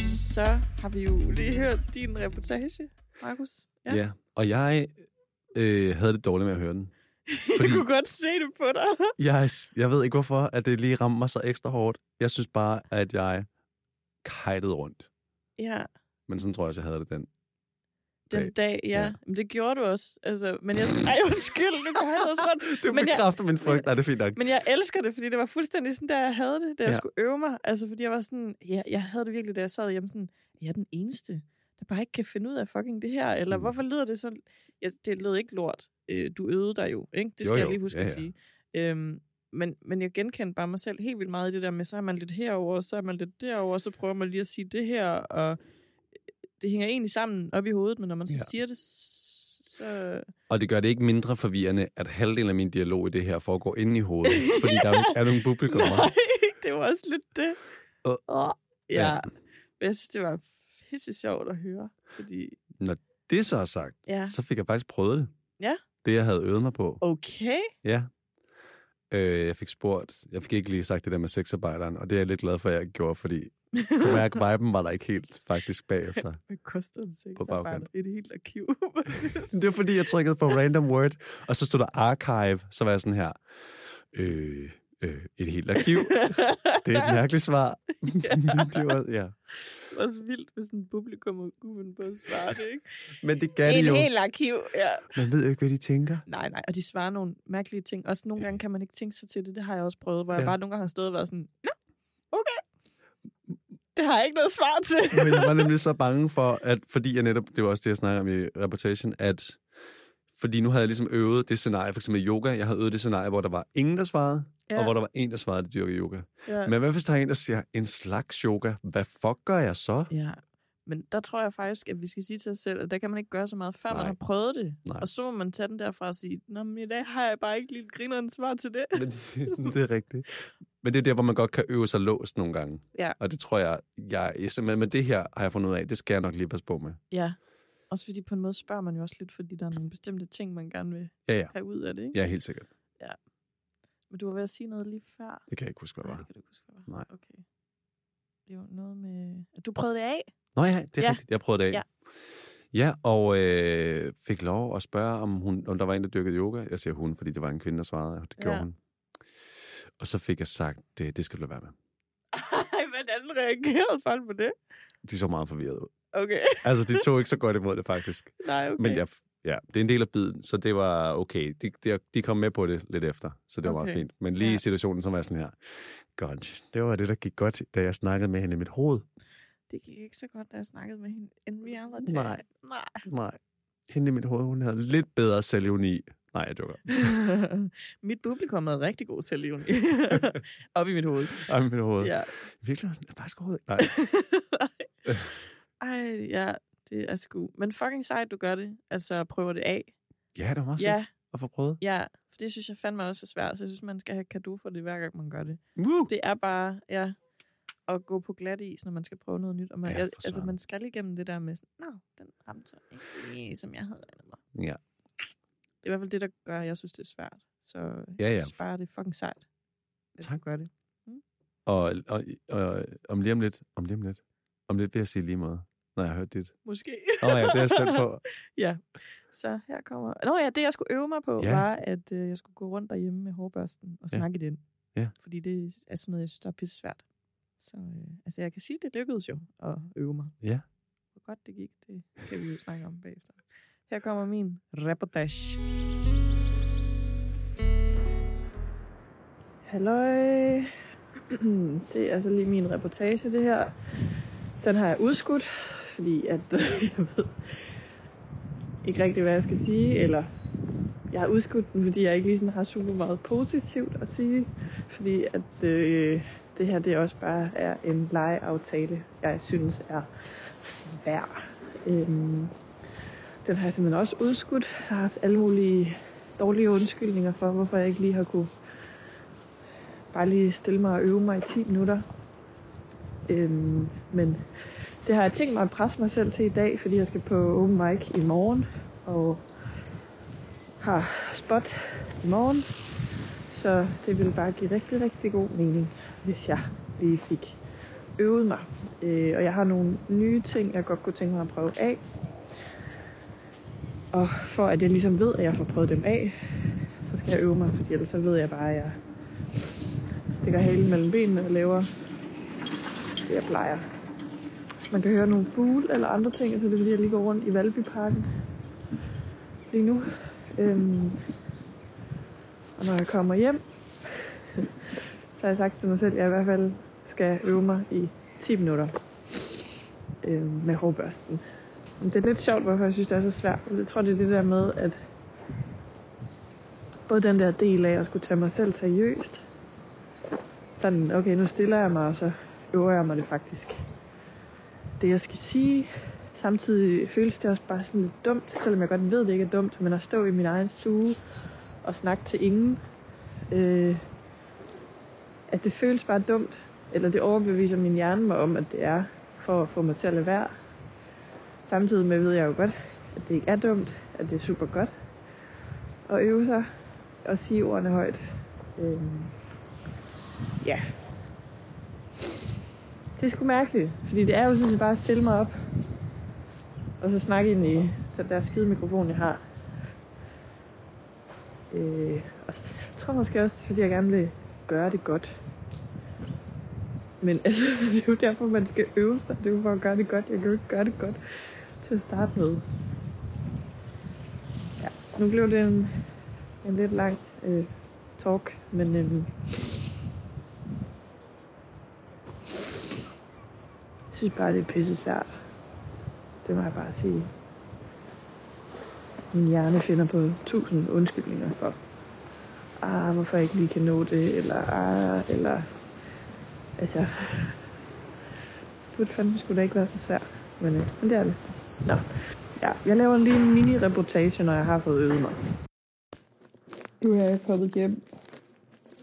S2: Så har vi jo lige hørt din reportage, Markus.
S1: Ja.
S2: <laughs>
S1: ja. Og jeg øh, havde det dårligt med at høre den.
S2: Fordi... Jeg kunne godt se det på dig. <laughs>
S1: jeg, jeg ved ikke hvorfor, at det lige rammer mig så ekstra hårdt. Jeg synes bare, at jeg kajtede rundt.
S2: Ja.
S1: Men sådan tror jeg også, jeg havde det den
S2: den dag, ja. ja. Men det gjorde du også. Altså, men jeg... Ej, undskyld, nu kan jeg også
S1: <laughs>
S2: rundt.
S1: Du
S2: men
S1: bekræfter jeg... min frygt. Nej, det er fint nok.
S2: Men jeg elsker det, fordi det var fuldstændig sådan, da jeg havde det, da ja. jeg skulle øve mig. Altså, fordi jeg var sådan... Ja, jeg havde det virkelig, da jeg sad hjemme sådan... Jeg er den eneste, der bare ikke kan finde ud af fucking det her. Eller mm. hvorfor lyder det så... Ja, det lød ikke lort. Øh, du øvede dig jo, ikke? Det skal jo, jo. jeg lige huske ja, ja. at sige. Øhm, men, men jeg genkendte bare mig selv helt vildt meget i det der med, så er man lidt herover, så er man lidt derover, så prøver man lige at sige det her, og øh, det hænger egentlig sammen op i hovedet, men når man så ja. siger det, så...
S1: Og det gør det ikke mindre forvirrende, at halvdelen af min dialog i det her foregår inde i hovedet, fordi der er, er nogle publikummer.
S2: <laughs>
S1: <laughs>
S2: Nej, det var også lidt det. Uh, oh, ja. ja. Men jeg synes, det var pisse sjovt at høre, fordi...
S1: Når det så er sagt, ja. så fik jeg faktisk prøvet det.
S2: Ja. Oh.
S1: Det, jeg havde øvet mig på.
S2: Okay.
S1: Ja. Øh, jeg fik spurgt, jeg fik ikke lige sagt det der med sexarbejderen, og det er jeg lidt glad for, at jeg gjorde, fordi kunne mærke, viben var der ikke helt faktisk bagefter.
S2: <laughs> Hvad kostede en sexarbejder? Et helt
S1: <laughs>
S2: arkiv.
S1: det var fordi, jeg trykkede på random word, og så stod der archive, så var jeg sådan her, øh, øh, et helt arkiv.
S2: <laughs>
S1: det er et mærkeligt svar. Ja. <laughs> det var, ja.
S2: Det var også vildt, hvis en publikum og kunne på at svare det, ikke?
S1: Men det gav
S2: det
S1: jo.
S2: Et helt arkiv, ja.
S1: Man ved jo ikke, hvad de tænker.
S2: Nej, nej, og de svarer nogle mærkelige ting. Også nogle gange kan man ikke tænke sig til det, det har jeg også prøvet, hvor ja. jeg bare nogle gange har stået og været sådan, nå, okay det har jeg ikke noget svar
S1: <laughs>
S2: til.
S1: Men jeg var nemlig så bange for, at fordi jeg netop, det var også det, jeg snakker om i reportagen, at fordi nu havde jeg ligesom øvet det scenarie, for eksempel yoga, jeg havde øvet det scenarie, hvor der var ingen, der svarede, ja. og hvor der var en, der svarede, det dyrker yoga. Ja. Men hvad hvis der er en, der siger, en slags yoga, hvad fuck gør jeg så?
S2: Ja, men der tror jeg faktisk, at vi skal sige til os selv, at der kan man ikke gøre så meget, før Nej. man har prøvet det. Nej. Og så må man tage den derfra og sige, Nå, men i dag har jeg bare ikke lige grineren svar til det.
S1: Men det, <laughs> det er rigtigt. Men det er der, hvor man godt kan øve sig låst nogle gange.
S2: Ja.
S1: Og det tror jeg, jeg, jeg men det her har jeg fundet ud af, det skal jeg nok lige passe på med.
S2: Ja. Også fordi på en måde spørger man jo også lidt, fordi der er nogle bestemte ting, man gerne vil
S1: ja, ja.
S2: have ud af det, ikke?
S1: Ja, helt sikkert.
S2: Ja. Men du var ved at sige noget lige før.
S1: Det kan jeg ikke huske, hvad
S2: Nej,
S1: var.
S2: kan du ikke huske, hvad var.
S1: Nej.
S2: Okay. Det var noget med... at Du prøvede det
S1: <laughs>
S2: af?
S1: Nå ja, det
S2: Ja.
S1: er ja. rigtigt. Jeg prøvede det af.
S2: Ja.
S1: Ja. Ja, og øh, fik lov at spørge, om, hun, om der var en, der dyrkede yoga. Jeg siger hun, fordi det var en kvinde, der svarede, og det gjorde
S2: Ja.
S1: hun. Og så fik jeg sagt, det, det skal du lade være med.
S2: Ej, hvordan reagerede folk på det?
S1: De så meget forvirret ud.
S2: Okay.
S1: Altså, de tog ikke så godt imod det, faktisk.
S2: Nej, <laughs> okay.
S1: Men jeg, ja, det er en del af biden, så det var okay. De, de, de kom med på det lidt efter, så det var
S2: Okay.
S1: meget fint. Men lige i
S2: Ja.
S1: situationen, så var jeg sådan her, godt, det var det, der gik godt, da jeg snakkede med hende i mit hoved.
S2: Det gik ikke så godt, da jeg snakkede med hende, end vi andre til.
S1: Nej.
S2: Nej.
S1: Nej, hende i mit hoved, hun havde lidt bedre selvjoni. Nej, jeg joker.
S2: <laughs> mit publikum havde rigtig god
S1: <laughs>
S2: selvivning. Op i mit hoved.
S1: Ej, mit hoved. Ja.
S2: Ja. <laughs>
S1: Virkelig, faktisk overhovedet. Nej,
S2: Ej, ja, det er sgu. Men fucking sejt, du gør det. Altså, prøver det af.
S1: ja, det var meget fedt
S2: Ja,
S1: at få prøvet.
S2: ja. For det synes jeg fandme også er svært, så jeg synes, man skal have kado for det, hver gang man gør det.
S1: Woo!
S2: Det er bare, ja, at gå på glat is, når man skal prøve noget nyt. Og man,
S1: Ja,
S2: ja,
S1: for
S2: altså,
S1: søren.
S2: man skal igennem det der med sådan, nå, den ramte så ikke lige, som jeg havde regnet mig.
S1: Ja.
S2: Det er i hvert fald det, der gør, at jeg synes, det er svært. Så
S1: Ja,
S2: jeg
S1: ja.
S2: synes bare, det er fucking sejt. at du
S1: Tak.
S2: Gør det.
S1: Og, og, og, om lige om lidt, om lige om lidt, om lidt vil jeg sige lige meget, når jeg har hørt dit.
S2: Måske.
S1: Åh oh, ja, det er jeg spændt på.
S2: Så her kommer... Nå ja, det jeg skulle øve mig på, ja.
S1: Ja.
S2: var, at øh, jeg skulle gå rundt derhjemme med hårbørsten og
S1: Ja.
S2: snakke i den.
S1: Ja.
S2: Fordi det er sådan noget, jeg synes, der er pisse svært. Så øh, altså, jeg kan sige, det lykkedes jo at øve mig.
S1: Ja.
S2: Hvor godt det gik, det kan vi jo snakke om bagefter. Her kommer min reportage. Halløj. <clears throat> Det er altså lige min reportage, det her. Den har jeg udskudt, fordi at <laughs> jeg ved ikke rigtig, hvad jeg skal sige, eller jeg har udskudt den, fordi jeg ikke lige sådan har super meget positivt at sige, fordi at øh, det her det også bare er en legeaftale, jeg synes er svær. Øhm, den har jeg simpelthen også udskudt. Jeg har haft alle mulige dårlige undskyldninger for, hvorfor jeg ikke lige har kunne bare lige stille mig og øve mig i 10 minutter. Øhm, men det har jeg tænkt mig at presse mig selv til i dag, fordi jeg skal på open mic i morgen, og har spot i morgen. Så det ville bare give rigtig, rigtig god mening, hvis jeg lige fik øvet mig. Øh, og jeg har nogle nye ting, jeg godt kunne tænke mig at prøve af. Og for at jeg ligesom ved, at jeg får prøvet dem af, så skal jeg øve mig, fordi ellers så ved jeg bare, at jeg stikker halen mellem benene og laver det, jeg plejer. Hvis man kan høre nogle fugle eller andre ting, så er det fordi, jeg lige går rundt i Valbyparken lige nu. Øhm, og når jeg kommer hjem, så har jeg sagt til mig selv, at jeg i hvert fald skal øve mig i 10 minutter øhm, med hårbørsten. Men det er lidt sjovt, hvorfor jeg synes, det er så svært. Men jeg tror, det er det der med, at både den der del af at skulle tage mig selv seriøst, sådan, okay, nu stiller jeg mig, og så øver jeg mig det faktisk. Det, jeg skal sige, samtidig føles det også bare sådan lidt dumt, selvom jeg godt ved, det ikke er dumt, men at stå i min egen stue og snakke til ingen, øh, at det føles bare dumt, eller det overbeviser min hjerne mig om, at det er for at få mig til at lade være. Samtidig med ved jeg jo godt, at det ikke er dumt, at det er super godt at øve sig og sige ordene højt. Øh, ja. Det er sgu mærkeligt, fordi det er jo sådan set bare at stille mig op og så snakke ind i den der skide mikrofon, jeg har. Øh, og så, jeg tror måske også, det er, fordi jeg gerne vil gøre det godt. Men <laughs> altså, det er jo derfor, man skal øve sig. Det er jo for at gøre det godt. Jeg kan jo ikke gøre det godt til at starte med. Ja, nu blev det en, en lidt lang øh, talk, men øh, jeg synes bare, det er pisse svært. Det må jeg bare sige. Min hjerne finder på tusind undskyldninger for, ah, hvorfor jeg ikke lige kan nå det, eller ah, eller... Altså, det burde fandme skulle da ikke være så svært, men, øh, men det er det. Nå, ja, jeg laver lige en mini-reportage, når jeg har fået øvet mig. Nu er jeg kommet hjem,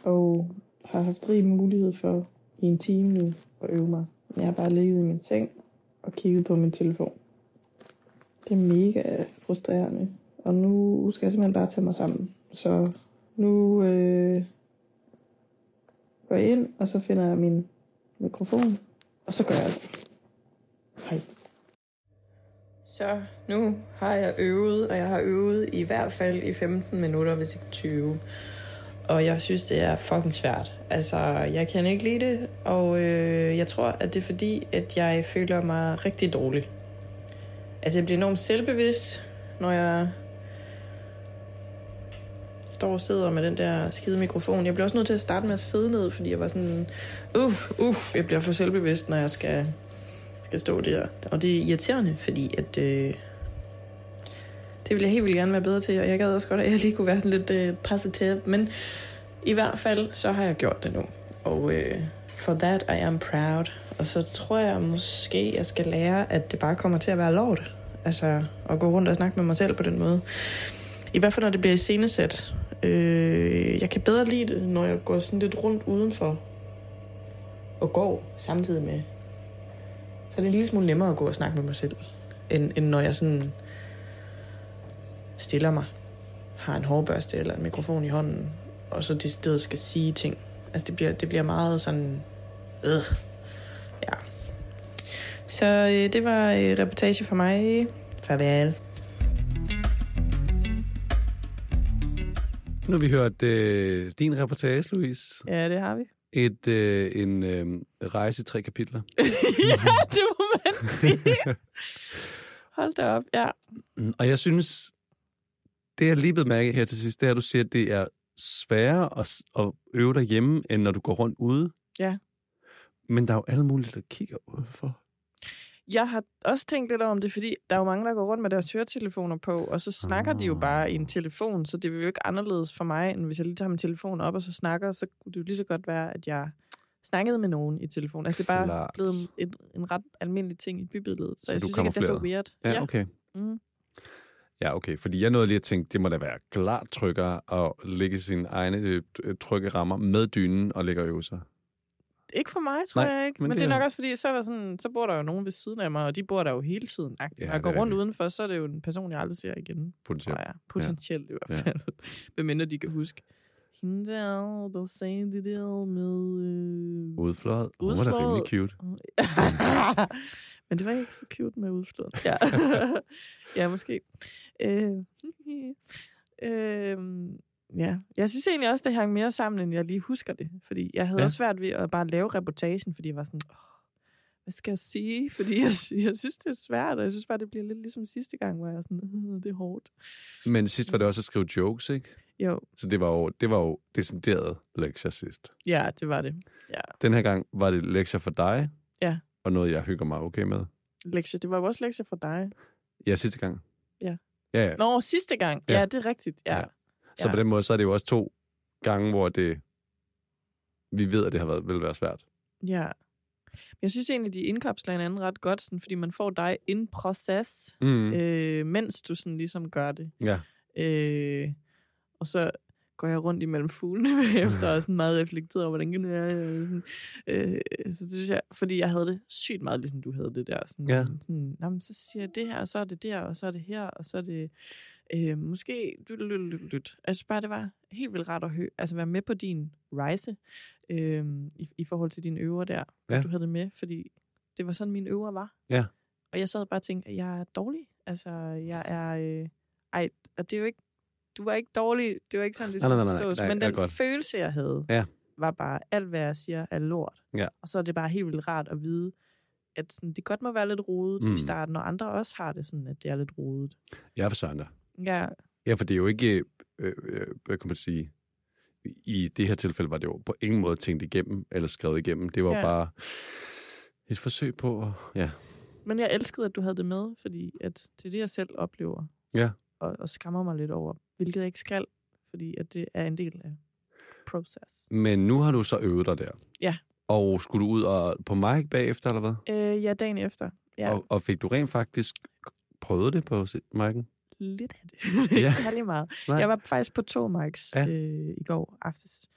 S2: og har haft rig mulighed for i en time nu at øve mig. Jeg har bare ligget i min seng og kigget på min telefon. Det er mega frustrerende. Og nu skal jeg simpelthen bare tage mig sammen. Så nu øh, går jeg ind, og så finder jeg min mikrofon, og så gør jeg det. Hej.
S4: Så nu har jeg øvet, og jeg har øvet i hvert fald i 15 minutter, hvis ikke 20. Og jeg synes, det er fucking svært. Altså, jeg kan ikke lide det, og øh, jeg tror, at det er fordi, at jeg føler mig rigtig dårlig. Altså, jeg bliver enormt selvbevidst, når jeg står og sidder med den der skide mikrofon. Jeg bliver også nødt til at starte med at sidde ned, fordi jeg var sådan, uff, uff, jeg bliver for selvbevidst, når jeg skal, skal stå der. Og det er irriterende, fordi at... Øh, det ville jeg helt vildt gerne være bedre til, og jeg gad også godt, at jeg lige kunne være sådan lidt øh, positiv. Men i hvert fald, så har jeg gjort det nu. Og øh, for that I am proud. Og så tror jeg måske, jeg skal lære, at det bare kommer til at være lort. Altså at gå rundt og snakke med mig selv på den måde. I hvert fald, når det bliver i scenesæt. Øh, jeg kan bedre lide det, når jeg går sådan lidt rundt udenfor. Og går samtidig med. Så er det en lille smule nemmere at gå og snakke med mig selv, end, end når jeg sådan stiller mig, har en hårbørste eller en mikrofon i hånden, og så det sted skal sige ting. Altså det bliver, det bliver meget sådan... Øh. Ja. Så øh, det var øh, reportage for mig. Farvel.
S1: <laughs> Nu har vi hørt øh, din reportage, Louise.
S5: Ja, det har vi. <laughs>
S1: Et, øh, en øh, rejse i tre <laughs> kapitler.
S5: ja, det må man sige. Hold da op, ja.
S1: Mm, Og jeg synes, det jeg lige blevet mærke her til sidst, det er, at du siger, at det er sværere at, at øve dig hjemme, end når du går rundt ude.
S5: Ja.
S1: Men der er jo alle mulige, der kigger udenfor.
S5: Jeg har også tænkt lidt om det, fordi der er jo mange, der går rundt med deres høretelefoner på, og så snakker ah. de jo bare i en telefon, så det vil jo ikke anderledes for mig, end hvis jeg lige tager min telefon op og så snakker, så kunne det jo lige så godt være, at jeg snakkede med nogen i telefonen. Altså, det er bare
S1: Klart.
S5: blevet en, en ret almindelig ting i bybilledet, så,
S1: Så
S5: jeg
S1: du
S5: synes ikke, at det er så
S1: kamuflerede.
S5: weird.
S1: Ja, okay.
S5: Mm.
S1: Ja, okay. Fordi jeg nåede lige at tænke, det må da være klart trykker at lægge sine egne øh, øh, trykkerammer med dynen og lægge og øve sig.
S2: Ikke for mig, tror
S1: Nej,
S2: Nej, jeg ikke.
S1: men
S2: Men, men det
S1: det
S2: er nok
S1: er-
S2: også fordi, så, er der sådan, så bor der jo nogen ved siden af mig, og de bor der jo hele tiden. Ja,
S1: Ja,
S2: Når jeg
S1: det
S2: går
S1: er
S2: rundt
S1: rigtigt.
S2: udenfor, så er det jo en person, jeg aldrig ser igen.
S1: Potentielt.
S2: Tror jeg. Potentielt ja. i hvert fald. <laughs> Ja. Hvem de kan huske. Hende der, der sagde det der med... Øh...
S1: Udflået. Hun var da
S2: Udflået.
S1: rimelig cute.
S2: <laughs> Men det var ikke så cute med udflåden. Ja, <laughs> ja måske. Øh, <laughs> øh, ja. Jeg synes egentlig også, det hang mere sammen, end jeg lige husker det. Fordi jeg havde
S1: Ja.
S2: ja. også svært ved at bare lave reportagen, fordi jeg var sådan, oh, hvad skal jeg sige? <laughs> Fordi jeg, jeg synes, det er svært, og jeg synes bare, det bliver lidt ligesom sidste gang, hvor jeg var sådan, <laughs> "Øh, det er hårdt.
S1: Men sidst var det også at skrive jokes, ikke?
S2: Jo,
S1: Så det var jo, det var jo decideret lektier sidst.
S2: ja, det var det.
S1: Den her gang var det lektier for dig.
S2: Ja.
S1: Og noget, jeg hygger mig okay med.
S2: Lektie, det var jo også lektie for dig.
S1: Ja, sidste gang.
S2: Ja.
S1: Ja, ja.
S2: Nå, sidste gang. Ja,
S1: Ja.
S2: ja det er rigtigt. Ja.
S1: Ja. Så
S2: ja.
S1: på den måde, så er det jo også to gange, hvor det... Vi ved, at det har været, vil være svært.
S2: Ja. Men jeg synes egentlig, de indkapsler hinanden ret godt, sådan, fordi man får dig in process,
S1: Mm.
S2: mm. øh, mens du sådan ligesom gør det.
S1: Ja.
S2: Øh, og så går jeg rundt imellem fuglene <laughs> efter og er sådan meget reflekteret over, hvordan kan det være? øh, Sådan, øh, så det synes jeg, fordi jeg havde det sygt meget, ligesom du havde det der. Sådan,
S1: Ja.
S2: sådan, Nå, men så siger jeg det her, og så er det der, og så er det her, og så er det øh, måske lyt, lyt, lyt, lyt. Jeg synes bare, det var helt vildt rart at hø- altså, være med på din rejse øh, i, i forhold til dine øver der.
S1: Ja.
S2: Ja. Du havde det med, fordi det var sådan, mine øver var.
S1: Ja.
S2: Og jeg sad bare og tænkte, at jeg er dårlig. Altså, jeg er... Øh, ej, og det er jo ikke... Du var ikke dårlig. Det var ikke sådan, det
S1: Nej, nej,
S2: skulle
S1: nej, nej,
S2: forstås.
S1: nej,
S2: Men
S1: det er
S2: den
S1: godt.
S2: følelse, jeg havde,
S1: Ja.
S2: var bare, alt hvad jeg siger, er lort.
S1: Ja.
S2: Og så er det bare helt vildt rart at vide, at sådan, det godt må være lidt rodet mm.
S1: Mm.
S2: i starten, og andre også har det sådan, at det er lidt rodet.
S1: Jeg er for søren da.
S2: Ja,
S1: Ja, for det er jo ikke... Øh, øh, hvad kan man sige? I det her tilfælde var det jo på ingen måde tænkt igennem, eller skrevet igennem. Det var ja.
S2: Ja.
S1: bare et forsøg på at... Ja.
S2: men jeg elskede, at du havde det med, fordi at det er det, jeg selv oplever.
S1: Ja.
S2: Og, og skammer mig lidt over, hvilket jeg ikke skal, fordi at det er en del af proces.
S1: Men nu har du så øvet dig der.
S2: Ja.
S1: Og skulle du ud og på mic bagefter, eller hvad?
S2: Øh, ja, dagen efter. Ja,
S1: Og, og fik du rent faktisk prøvet det på se- mic'en?
S2: lidt af det.
S1: <laughs> Ja.
S2: Ikke særlig meget.
S1: Nej.
S2: Jeg var faktisk på to mics
S1: Ja.
S2: ja. øh, i går aftes.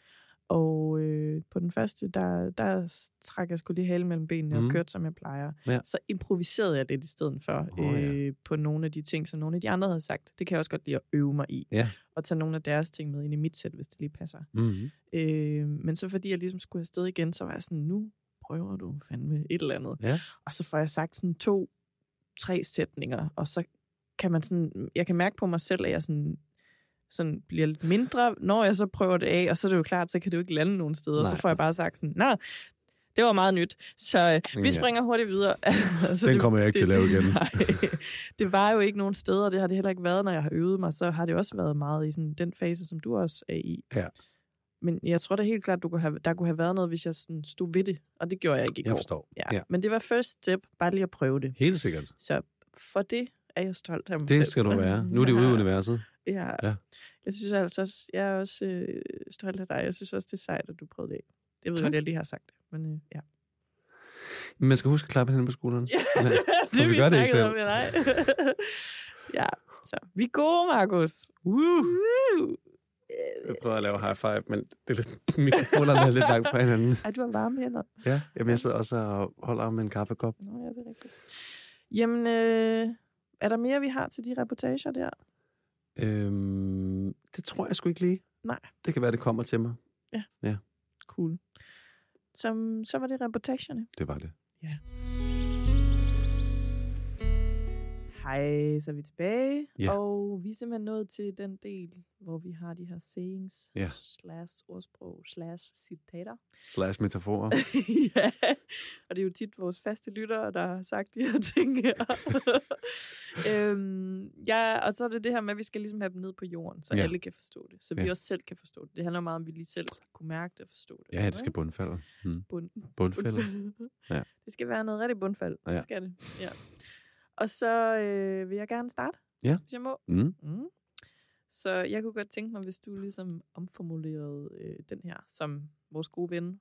S2: Og øh, på den første, der, der s- trak jeg skulle lige hale mellem benene mm.
S1: Mhm.
S2: og kørte, som jeg plejer.
S1: Ja.
S2: Så improviserede jeg lidt i stedet for
S1: Åh, ja.
S2: øh, på nogle af de ting, som nogle af de andre havde sagt. Det kan jeg også godt lide at øve mig i.
S1: Ja.
S2: Og tage nogle af deres ting med ind i mit sæt, hvis det lige passer.
S1: Mm-hmm.
S2: Øh, men så fordi jeg ligesom skulle afsted igen, så var jeg sådan, nu prøver du fandme et eller andet.
S1: Ja.
S2: Og så får jeg sagt sådan to, tre sætninger, og så kan man sådan, jeg kan mærke på mig selv, at jeg sådan, sådan bliver lidt mindre, når jeg så prøver det af, og så er det jo klart, så kan det jo ikke lande nogen steder, og så
S1: Nej.
S2: får jeg bare sagt sådan, nej, det var meget nyt, så øh, vi
S1: Ja.
S2: springer hurtigt videre. <laughs> altså,
S1: Den kommer jeg ikke til at lave igen.
S2: <laughs> Nej, det var jo ikke nogen steder, og det har det heller ikke været, når jeg har øvet mig, så har det også været meget i sådan, den fase, som du også er i.
S1: Ja.
S2: Men jeg tror da helt klart, du kunne have, der kunne have været noget, hvis jeg sådan stod ved det, og det gjorde jeg ikke i
S1: Jeg
S2: går.
S1: forstår.
S2: Ja.
S1: Ja.
S2: ja. Men det var first step, bare lige at prøve det.
S1: Helt sikkert.
S2: Så for det er jeg stolt af mig selv.
S1: Det
S2: <laughs>
S1: skal du være. Nu er det ude i universet.
S2: Ja.
S1: Ja.
S2: ja. Jeg synes altså også, jeg er også øh, stolt af dig. Jeg synes også, det er sejt, at du prøvede det af. Det ved jeg
S1: Tak.
S2: godt, jeg lige har sagt det. Men øh, ja.
S1: Men man skal huske at klappe hende på skulderen.
S2: Ja,
S1: Ja.
S2: <laughs> det
S1: vi gør det
S2: snakkede
S1: ikke selv.
S2: Om, ja, nej. <laughs> ja, så vi er gode, Markus.
S1: Uh,
S2: Woo!
S1: jeg prøver at lave high five, men det er lidt, <laughs> mikrofonerne er lidt langt fra hinanden.
S2: Ej, du har varme hænder.
S1: Ja, jamen, jeg sidder også og holder om en kaffekop.
S2: Nå, ja, det er rigtigt. Jamen, øh, er der mere, vi har til de reportager der?
S1: Øhm, det tror jeg sgu ikke lige.
S2: Nej.
S1: Det kan være, det kommer til mig.
S2: Cool. Som, så var det reportagerne.
S1: Det var det.
S2: Hej, så er vi tilbage.
S1: Ja.
S2: Og vi er simpelthen nået til den del, hvor vi har de her sayings,
S1: Ja.
S2: slash ordsprog, slash citater.
S1: Slash metaforer.
S2: <laughs> ja, og det er jo tit vores faste lyttere, der har sagt de her <laughs> ting her. øhm, ja, og så er det det her med, at vi skal ligesom have dem ned på jorden, så
S1: Ja.
S2: ja. alle kan forstå det. Så vi
S1: Ja.
S2: ja. også selv kan forstå det. Det handler meget om, at vi lige selv skal kunne mærke det og forstå det.
S1: Ja, det skal bundfalde. Mm.
S2: Bund,
S1: Bundfalde.
S2: bundfald.
S1: Ja.
S2: Ja. Det skal være noget rigtig bundfald.
S1: Ja.
S2: Ja. Det skal det. Ja. Og så øh, vil jeg gerne starte,
S1: Ja.
S2: hvis jeg må.
S1: Mm.
S2: Mm. Så jeg kunne godt tænke mig, hvis du ligesom omformulerede øh, den her, som vores gode ven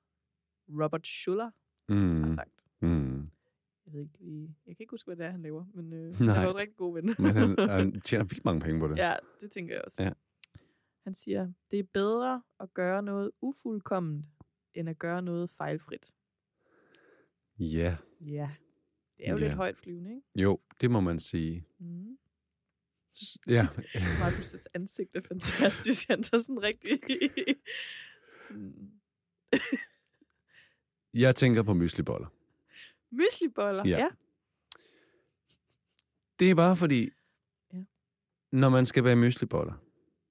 S2: Robert Schuller
S1: Mm.
S2: har sagt.
S1: Mm.
S2: Jeg Jeg ved ikke lige... Jeg kan ikke huske, hvad det er, han laver, men øh,
S1: <laughs> Nej.
S2: han er jo en rigtig god ven.
S1: Men
S2: <laughs>
S1: han, han tjener vildt mange penge på det.
S2: ja, det tænker jeg også.
S1: Ja.
S2: Han siger, det er bedre at gøre noget ufuldkomment, end at gøre noget fejlfrit.
S1: ja.
S2: Ja. Det er jo
S1: Ja.
S2: lidt højt flyvende, ikke?
S1: Jo, det må man sige.
S2: Mm. <laughs>
S1: Ja.
S2: Markus' ansigt er fantastisk. Han tager sådan rigtig... <laughs> sådan...
S1: Jeg tænker på mysliboller.
S2: Mysliboller.
S1: Ja.
S2: Ja. ja.
S1: Det er bare fordi,
S2: Ja.
S1: når man skal bage mysliboller,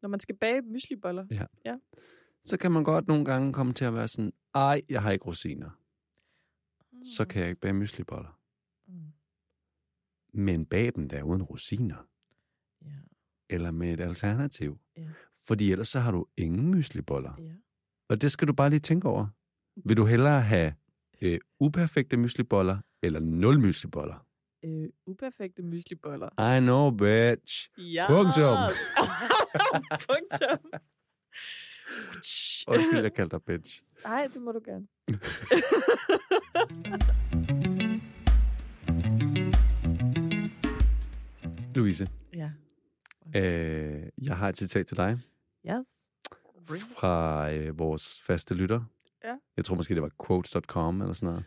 S2: Når man skal bage mysliboller.
S1: så kan man godt nogle gange komme til at være sådan, ej, jeg har ikke rosiner, så kan jeg ikke bage mysliboller.
S2: Mm.
S1: Men bag dem der uden rosiner,
S2: Ja.
S1: eller med et alternativ.
S2: Ja.
S1: Fordi ellers så har du ingen mysliboller.
S2: ja.
S1: Og det skal du bare lige tænke over. Vil du hellere have øh, uperfekte mysliboller, eller nul mysliboller?
S2: Øh, uperfekte mysliboller.
S1: I know, bitch.
S2: Ja.
S1: Punktum.
S2: <laughs> Punktum.
S1: Undskyld, jeg kaldte dig bitch.
S2: Nej, det må du gerne.
S1: Louise,
S2: Ja.
S1: øh, jeg har et citat til dig
S2: Yes.
S1: fra øh, vores faste lytter.
S2: Ja.
S1: Jeg tror måske, det var quotes.com eller sådan noget.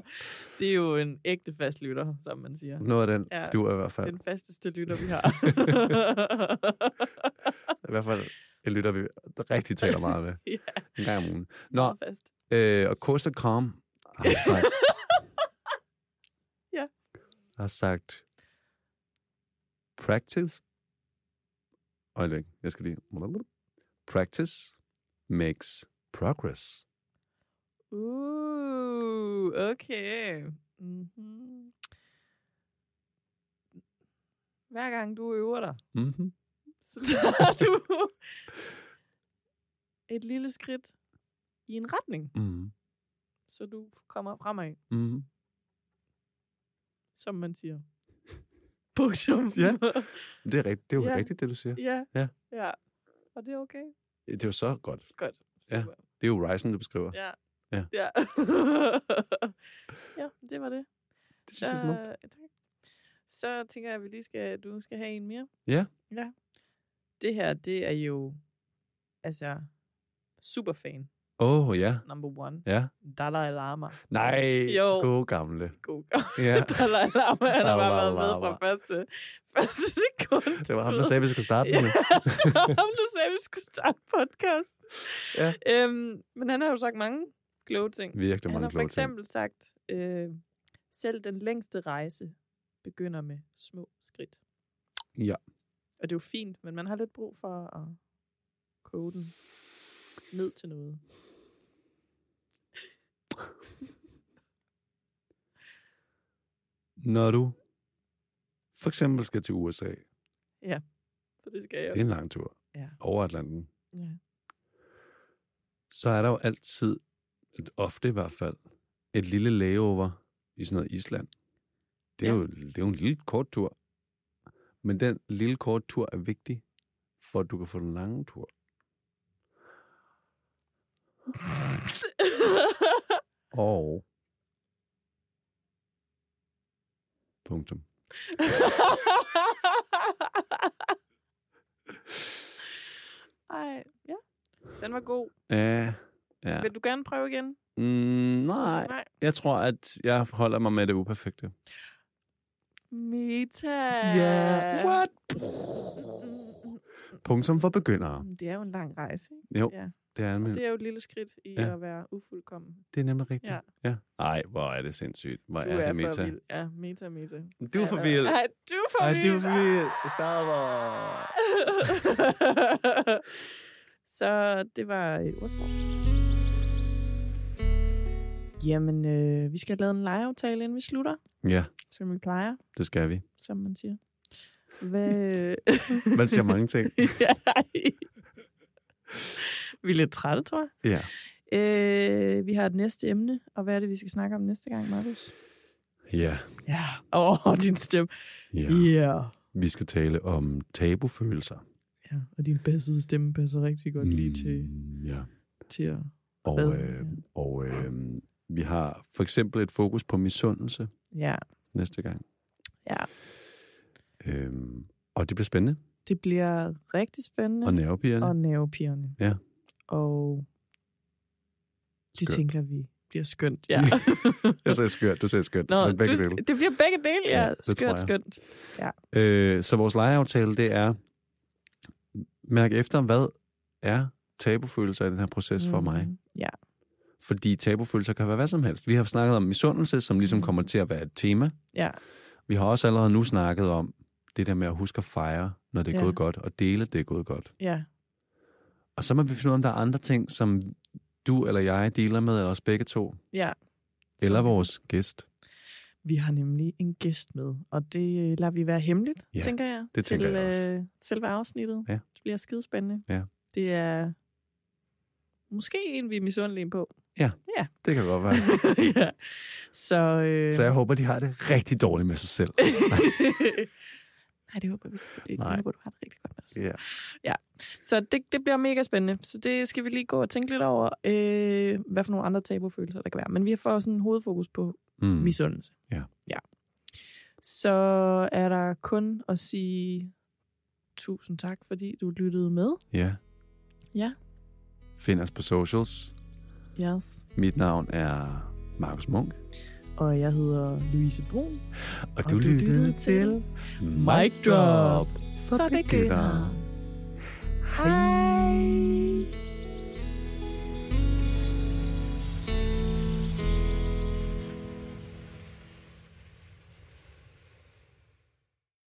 S2: <laughs> det er jo en ægte fast lytter, som man siger.
S1: Noget af den, ja.
S2: Ja.
S1: du er i hvert fald.
S2: Den fasteste lytter,
S1: <laughs>
S2: vi har.
S1: I hvert fald en lytter, vi rigtig taler meget med.
S2: Ja.
S1: En gang om ugen. Nå,
S2: Så fast.
S1: Øh, og Costa.com har sagt...
S2: Ja.
S1: Har sagt... Practice... Øjeblik, jeg skal lige... Practice makes progress.
S2: Uh, okay. Mm-hmm. Hver gang du øver dig,
S1: Mm-hmm.
S2: <laughs> så tager du et lille skridt i en retning,
S1: Mm-hmm.
S2: så du kommer fremad,
S1: Mm-hmm.
S2: som man siger. Punktum.
S1: Ja. Det er, rigtigt, det er jo
S2: Ja.
S1: rigtigt, det du siger.
S2: <laughs> ja.
S1: Ja.
S2: Ja. Og det er okay.
S1: Det er jo så godt.
S2: Godt.
S1: Ja.
S2: Super.
S1: Det er jo Ryzen, du beskriver.
S2: Ja.
S1: Ja.
S2: Ja. <laughs> ja, det var det.
S1: Det synes jeg er smukt.
S2: Så, tak. så tænker jeg, at vi lige skal, du skal have en mere.
S1: Ja.
S2: ja. Det her, det er jo, altså, superfan
S1: Åh, oh, ja.
S2: number one.
S1: Ja.
S2: Dalai Lama.
S1: Nej,
S2: Jo.
S1: gode gamle.
S2: God
S1: Ja.
S2: Dalai Lama, han har bare
S1: Dalai
S2: været med
S1: Lama.
S2: fra første, første sekund.
S1: Det var ham, der sagde, at vi skulle starte
S2: Ja. <laughs>
S1: med.
S2: ham, der sagde, at vi skulle starte podcast.
S1: Ja.
S2: Øhm, men han har jo sagt mange kloge ting.
S1: Virkelig
S2: Han
S1: mange
S2: har for
S1: kloge ting.
S2: eksempel sagt, øh, selv den længste rejse begynder med små skridt.
S1: Ja.
S2: Og det er jo fint, men man har lidt brug for at kode den ned til noget.
S1: Når du for eksempel skal til USA,
S2: For det skal jeg
S1: Det er en lang tur.
S2: Ja.
S1: Over Atlanten.
S2: Ja.
S1: Så er der jo altid, et- ofte i hvert fald, et lille layover i sådan noget Island. Det er,
S2: Ja.
S1: jo, det er jo en lille kort tur. Men den lille kort tur er vigtig, for at du kan få den lange tur. Og... Punktum.
S2: <laughs> Ej, ja. Den var god.
S1: Ja, ja.
S2: Vil du gerne prøve igen?
S1: Mm, nej,
S2: Nej.
S1: jeg tror, at jeg holder mig med det uperfekte.
S2: Meta.
S1: Ja, what? Punktum for begyndere.
S2: Mm, Det er jo en lang rejse, ikke?
S1: Jo,
S2: Ja.
S1: det er almindeligt.
S2: Det er jo et lille skridt i
S1: Ja.
S2: ja. at være ufuldkommen.
S1: Det er nemlig rigtigt.
S2: Ja.
S1: ja. Ej, hvor er det sindssygt. Hvor
S2: Du
S1: er,
S2: er
S1: det meta.
S2: for vild. Ja, meta, meta.
S1: Du er for vild.
S2: Ej, du er for
S1: Ej,
S2: vild.
S1: du er for vild. Star Wars.
S2: <laughs> Så det var øh, ordsprog. Jamen, øh, vi skal have lavet en legeaftale, inden vi slutter.
S1: Ja,
S2: Som vi plejer,
S1: det skal vi.
S2: som man siger. Hvad...
S1: <laughs> Man siger mange <laughs> ting.
S2: <laughs> ja. Vi er lidt trætte, tror jeg.
S1: Ja.
S2: Øh, vi har et næste emne, og hvad er det, vi skal snakke om næste gang, Markus?
S1: Ja,
S2: Ja. Åh, oh, <laughs> din stemme.
S1: ja.
S2: Ja.
S1: Vi skal tale om tabufølelser.
S2: ja. Og din bassede stemme passer rigtig godt lige til,
S1: Mm, Ja.
S2: til at...
S1: Og,
S2: Hvad?
S1: øh, og øh, Vi har for eksempel et fokus på misundelse
S2: Ja,
S1: næste gang.
S2: Ja.
S1: Øhm, og det bliver spændende.
S2: det bliver rigtig spændende.
S1: Og nervepigerne.
S2: og nervepigerne.
S1: Ja.
S2: Og det
S1: Skønt.
S2: tænker vi bliver skønt, ja. <laughs>
S1: Jeg sagde skørt, du sagde skørt.
S2: Nå,
S1: Men begge dele.
S2: du, det bliver begge dele, ja.
S1: Ja,
S2: ja
S1: det tror jeg.
S2: skønt, skønt.
S1: Øh, så vores lejeaftale, det er, mærk efter, hvad er tabufølelser i den her proces mm. for mig?
S2: Mhm. Ja,
S1: Fordi tabufølelser kan være hvad som helst. Vi har snakket om misundelse, som
S2: Mm.
S1: ligesom kommer til at være et tema.
S2: ja,
S1: Vi har også allerede nu snakket om det der med at huske at fejre, når det er
S2: Ja.
S1: gået godt, og dele, at det er gået godt.
S2: ja.
S1: Og så må vi finde ud af, om der er andre ting, som du eller jeg dealer med, eller os begge to,
S2: ja.
S1: eller
S2: Så-
S1: vores gæst.
S2: Vi har nemlig en gæst med, og det øh, lader vi være hemmeligt,
S1: Ja,
S2: ja, tænker jeg.
S1: det tænker
S2: til,
S1: jeg også.
S2: Øh, selve afsnittet.
S1: Ja.
S2: Det bliver skidespændende.
S1: Ja.
S2: Det er måske en, vi er misundelige på.
S1: Det kan godt være.
S2: <laughs> ja. Så, øh...
S1: <laughs> Så jeg håber, de har det rigtig dårligt med sig selv.
S2: Nej, det håber vi selvfølgelig ikke.
S1: Nej.
S2: Jeg håber, du har det rigtig godt med dig selv.
S1: Ja.
S2: Så det, det bliver mega spændende. Så det skal vi lige gå og tænke lidt over, øh, hvad for nogle andre tabufølelser der kan være. Men vi får sådan en hovedfokus på mm.
S1: Mm.
S2: misundelse.
S1: Ja.
S2: ja. Så er der kun at sige tusind tak, fordi du lyttede med.
S1: Ja.
S2: Ja.
S1: Find os på socials.
S2: Yes.
S1: Mit navn er Markus Munk.
S2: Og jeg hedder Louise Brun.
S1: Og, og du, lyttede til Mic Drop for begyndere.